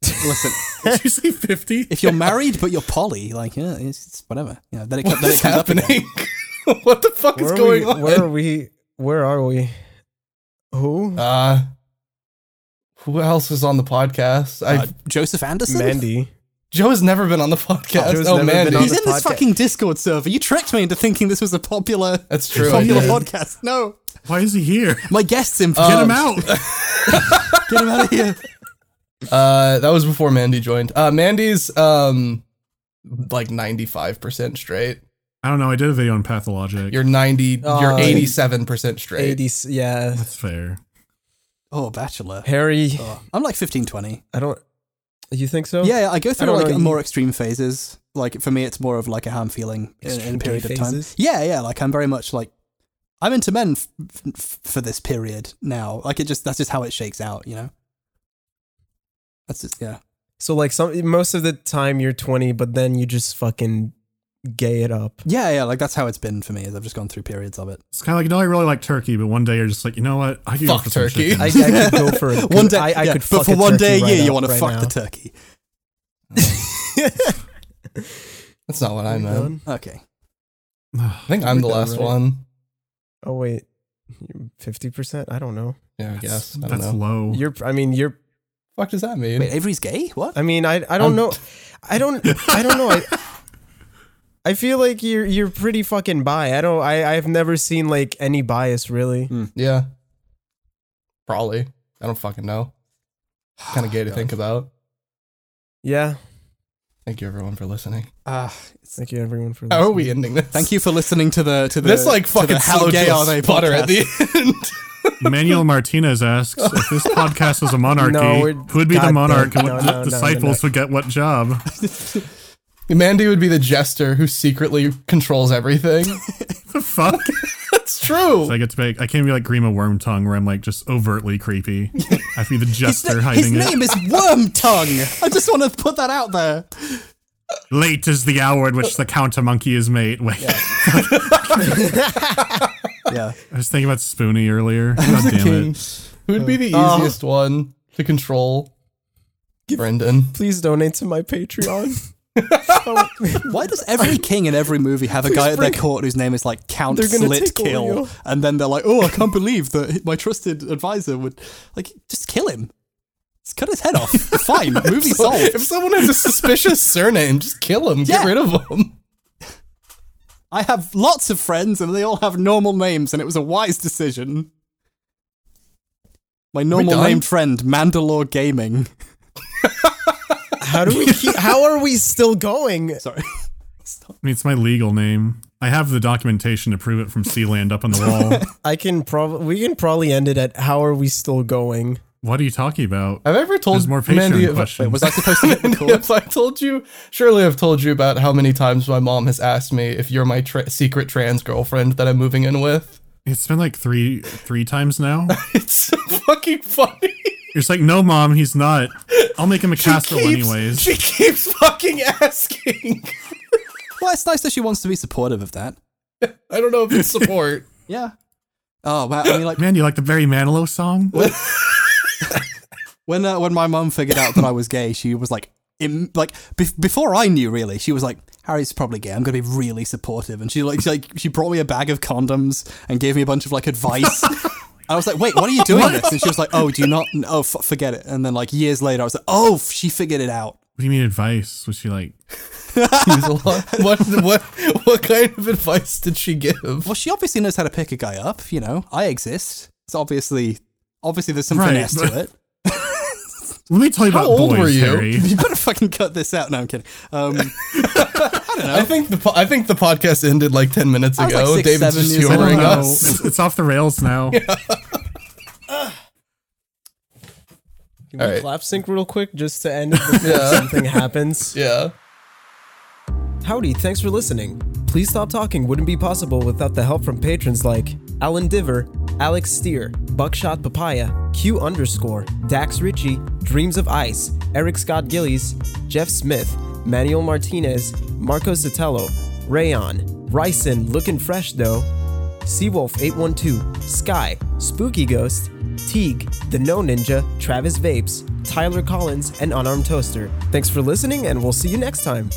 Speaker 5: Listen,
Speaker 2: Did you say 50?
Speaker 5: if you're married but you're poly, like yeah, it's, it's whatever. Yeah, then it, co-
Speaker 6: What
Speaker 5: then it
Speaker 6: is
Speaker 5: comes up again.
Speaker 6: happening? what the fuck is
Speaker 7: Where are
Speaker 6: going
Speaker 7: we-
Speaker 6: on?
Speaker 7: Where are we? Where are we? Who?
Speaker 6: Uh, who else is on the podcast?
Speaker 5: Uh,
Speaker 6: I
Speaker 5: Joseph Anderson.
Speaker 7: Mandy.
Speaker 6: Joe has never been on the podcast.
Speaker 7: Joe's
Speaker 6: oh,
Speaker 7: never
Speaker 6: Mandy.
Speaker 7: been on
Speaker 5: He's
Speaker 7: the
Speaker 5: in this
Speaker 7: podcast.
Speaker 5: fucking Discord server. You tricked me into thinking this was a popular,
Speaker 6: That's true. I
Speaker 5: popular
Speaker 6: did.
Speaker 5: podcast. No,
Speaker 2: Why is he here?
Speaker 5: my guest's in.
Speaker 2: Get him out.
Speaker 5: Get him out of here.
Speaker 6: Uh, that was before Mandy joined. Uh, Mandy's um, like ninety five percent straight.
Speaker 2: I don't know. I did a video on Pathologic.
Speaker 6: You're ninety.
Speaker 7: Uh,
Speaker 6: you're eighty seven percent straight.
Speaker 7: 80s. Yeah.
Speaker 2: That's fair.
Speaker 5: Oh, bachelor.
Speaker 7: Harry.
Speaker 5: Oh, I'm like 15, 20.
Speaker 7: I don't. You think so?
Speaker 5: Yeah, yeah, I go through
Speaker 7: don't
Speaker 5: like
Speaker 7: know,
Speaker 5: more extreme phases. Like for me, it's more of like a ham feeling in, in
Speaker 7: Extreme
Speaker 5: a
Speaker 7: gay
Speaker 5: period of time.
Speaker 7: phases?
Speaker 5: Yeah, yeah. Like I'm very much like I'm into men f- f- for this period now. Like it just that's just how it shakes out. You know. That's just yeah.
Speaker 7: So like some most of the time you're 20, but then you just fucking gay it up.
Speaker 5: Yeah, yeah, like that's how it's been for me. Is I've just gone through periods of it.
Speaker 2: It's kind of like, no, I really like turkey, but one day you're just like, you know what? I could go
Speaker 6: Fuck
Speaker 2: for some
Speaker 6: turkey.
Speaker 2: chicken.
Speaker 7: I, I could go for a
Speaker 5: One day,
Speaker 7: I, I
Speaker 5: yeah,
Speaker 7: could.
Speaker 5: but
Speaker 7: fuck
Speaker 5: for
Speaker 7: a
Speaker 5: one
Speaker 7: turkey
Speaker 5: day a
Speaker 7: right
Speaker 5: year, you
Speaker 7: up
Speaker 5: want to
Speaker 7: right
Speaker 5: fuck
Speaker 7: now.
Speaker 5: the turkey.
Speaker 6: That's not what I meant.
Speaker 5: Okay,
Speaker 6: I think I'm the
Speaker 7: done,
Speaker 6: last
Speaker 7: right?
Speaker 6: one.
Speaker 7: Oh wait, fifty percent? I don't know.
Speaker 6: Yeah, I guess. I don't
Speaker 2: That's
Speaker 6: know.
Speaker 2: low.
Speaker 7: You're. I mean, you're.
Speaker 6: What does that mean?
Speaker 5: wait, Avery's gay? What?
Speaker 6: Uh,
Speaker 7: I mean, I. I don't know. I don't. I don't know. I, I feel like you're. You're pretty fucking bi. I don't. I. I've never seen like any bias really.
Speaker 5: Hmm.
Speaker 6: Yeah, probably. I don't fucking know. Kind of gay to think about.
Speaker 7: Yeah.
Speaker 6: Thank you everyone for listening.
Speaker 5: Ah,
Speaker 7: Thank you everyone
Speaker 5: Oh.
Speaker 7: for
Speaker 6: How
Speaker 7: listening.
Speaker 6: are we ending this?
Speaker 5: thank you for listening to the to the
Speaker 6: This like
Speaker 5: to
Speaker 6: fucking
Speaker 5: the
Speaker 6: how
Speaker 5: gay
Speaker 6: gay
Speaker 5: are they
Speaker 6: butter
Speaker 5: podcast.
Speaker 6: at the end.
Speaker 2: Manuel Martinez asks if this podcast was a monarchy,
Speaker 7: No, we're-
Speaker 2: who would be
Speaker 7: God
Speaker 2: the
Speaker 7: damn,
Speaker 2: monarch and
Speaker 7: no,
Speaker 2: what
Speaker 7: no, no,
Speaker 2: disciples
Speaker 7: no.
Speaker 2: would get what job?
Speaker 6: Mandy would be the jester who secretly controls everything.
Speaker 2: the fuck?
Speaker 6: It's true.
Speaker 2: I get to make. I can't be like Grima Worm Tongue, where I'm like just overtly creepy. I have to be the jester
Speaker 5: His
Speaker 2: hiding it.
Speaker 5: name is Worm Tongue. I just want to put that out there.
Speaker 2: Late is the hour in which the counter monkey is made. Wait,
Speaker 5: Yeah.
Speaker 2: I was thinking about Spoony earlier. God damn
Speaker 6: King.
Speaker 2: it!
Speaker 6: Who would be the
Speaker 7: Oh.
Speaker 6: easiest one to control? Brendan.
Speaker 7: Please donate to my Patreon.
Speaker 5: Why does every king in every movie have a guy at their court whose name is like Count
Speaker 7: They're gonna
Speaker 5: Slit
Speaker 7: take over
Speaker 5: Kill?
Speaker 7: you.
Speaker 5: And then they're like, oh, I can't believe that my trusted advisor would like just kill him. Just cut his head off. Fine, movie solved.
Speaker 6: If someone has a suspicious surname, just kill him. Get
Speaker 5: Yeah.
Speaker 6: rid of him.
Speaker 5: I have lots of friends and they all have normal names, and it was a wise decision. My normal
Speaker 6: done?
Speaker 5: named friend, Mandalore Gaming.
Speaker 7: How do we keep, how are we still going?
Speaker 5: Sorry.
Speaker 2: I mean, it's my legal name. I have the documentation to prove it from Sealand up on the wall.
Speaker 7: I can probably we can probably end it at how are we still going?
Speaker 2: what are you talking about?
Speaker 6: Have I ever told
Speaker 2: There's more Patreon
Speaker 6: Mandy if,
Speaker 2: questions.
Speaker 5: Was I supposed to get the call?
Speaker 6: if I told you? Surely I've told you about how many times my mom has asked me if you're my tra- secret trans girlfriend that I'm moving in with.
Speaker 2: it's been like three three times now.
Speaker 6: It's so fucking funny.
Speaker 2: You're just like, no, mom, he's not. I'll make him a castle
Speaker 6: Keeps-
Speaker 2: anyways.
Speaker 6: She keeps fucking asking.
Speaker 5: Well, it's nice that she wants to be supportive of that.
Speaker 6: I don't know if it's support.
Speaker 5: Yeah. Oh, wow. I mean, like,
Speaker 2: Man, you like the Barry Manilow song?
Speaker 5: when uh, when my mum figured out that I was gay, she was like, im- like bef before I knew really, she was like, Harry's probably gay. I'm gonna be really supportive, and she like she, like she brought me a bag of condoms and gave me a bunch of like advice. I was like, wait, what are you doing this? And she was like, oh, do you not? Oh, f- forget it. And then like years later, I was like, oh, f- she figured it out.
Speaker 2: What do you mean advice? Was she like,
Speaker 6: She's a lot- what, what, what kind of advice did she give?
Speaker 5: Well, she obviously knows how to pick a guy up. You know, I exist. It's obviously obviously there's some
Speaker 2: Right,
Speaker 5: finesse
Speaker 2: but-
Speaker 5: to it.
Speaker 2: let me tell you about
Speaker 6: How old
Speaker 2: boys,
Speaker 6: were you?
Speaker 2: Harry.
Speaker 5: You better fucking cut this out. No, I'm kidding. Um,
Speaker 6: I think the po- I think the podcast ended like ten minutes
Speaker 5: I was
Speaker 6: ago.
Speaker 5: like six,
Speaker 6: David's
Speaker 5: seven
Speaker 6: just
Speaker 5: years old.
Speaker 2: I
Speaker 6: humoring
Speaker 2: don't know.
Speaker 6: us.
Speaker 2: It's, it's off the rails now.
Speaker 7: Can
Speaker 6: All
Speaker 7: we
Speaker 6: right.
Speaker 7: clap sync real quick just to end it before something happens?
Speaker 6: Yeah.
Speaker 7: Howdy, thanks for listening. Please Stop Talking wouldn't be possible without the help from patrons like Alan Diver, Alex Steer, Buckshot Papaya, Q underscore, Dax Ritchie, Dreams of Ice, Eric Scott Gillies, Jeff Smith, Manuel Martinez, Marco Sotelo, Rayon, Ryson looking fresh though, Seawolf812, Sky, Spooky Ghost, Teague, The No Ninja, Travis Vapes, Tyler Collins, and Unarmed Toaster. Thanks for listening, and we'll see you next time.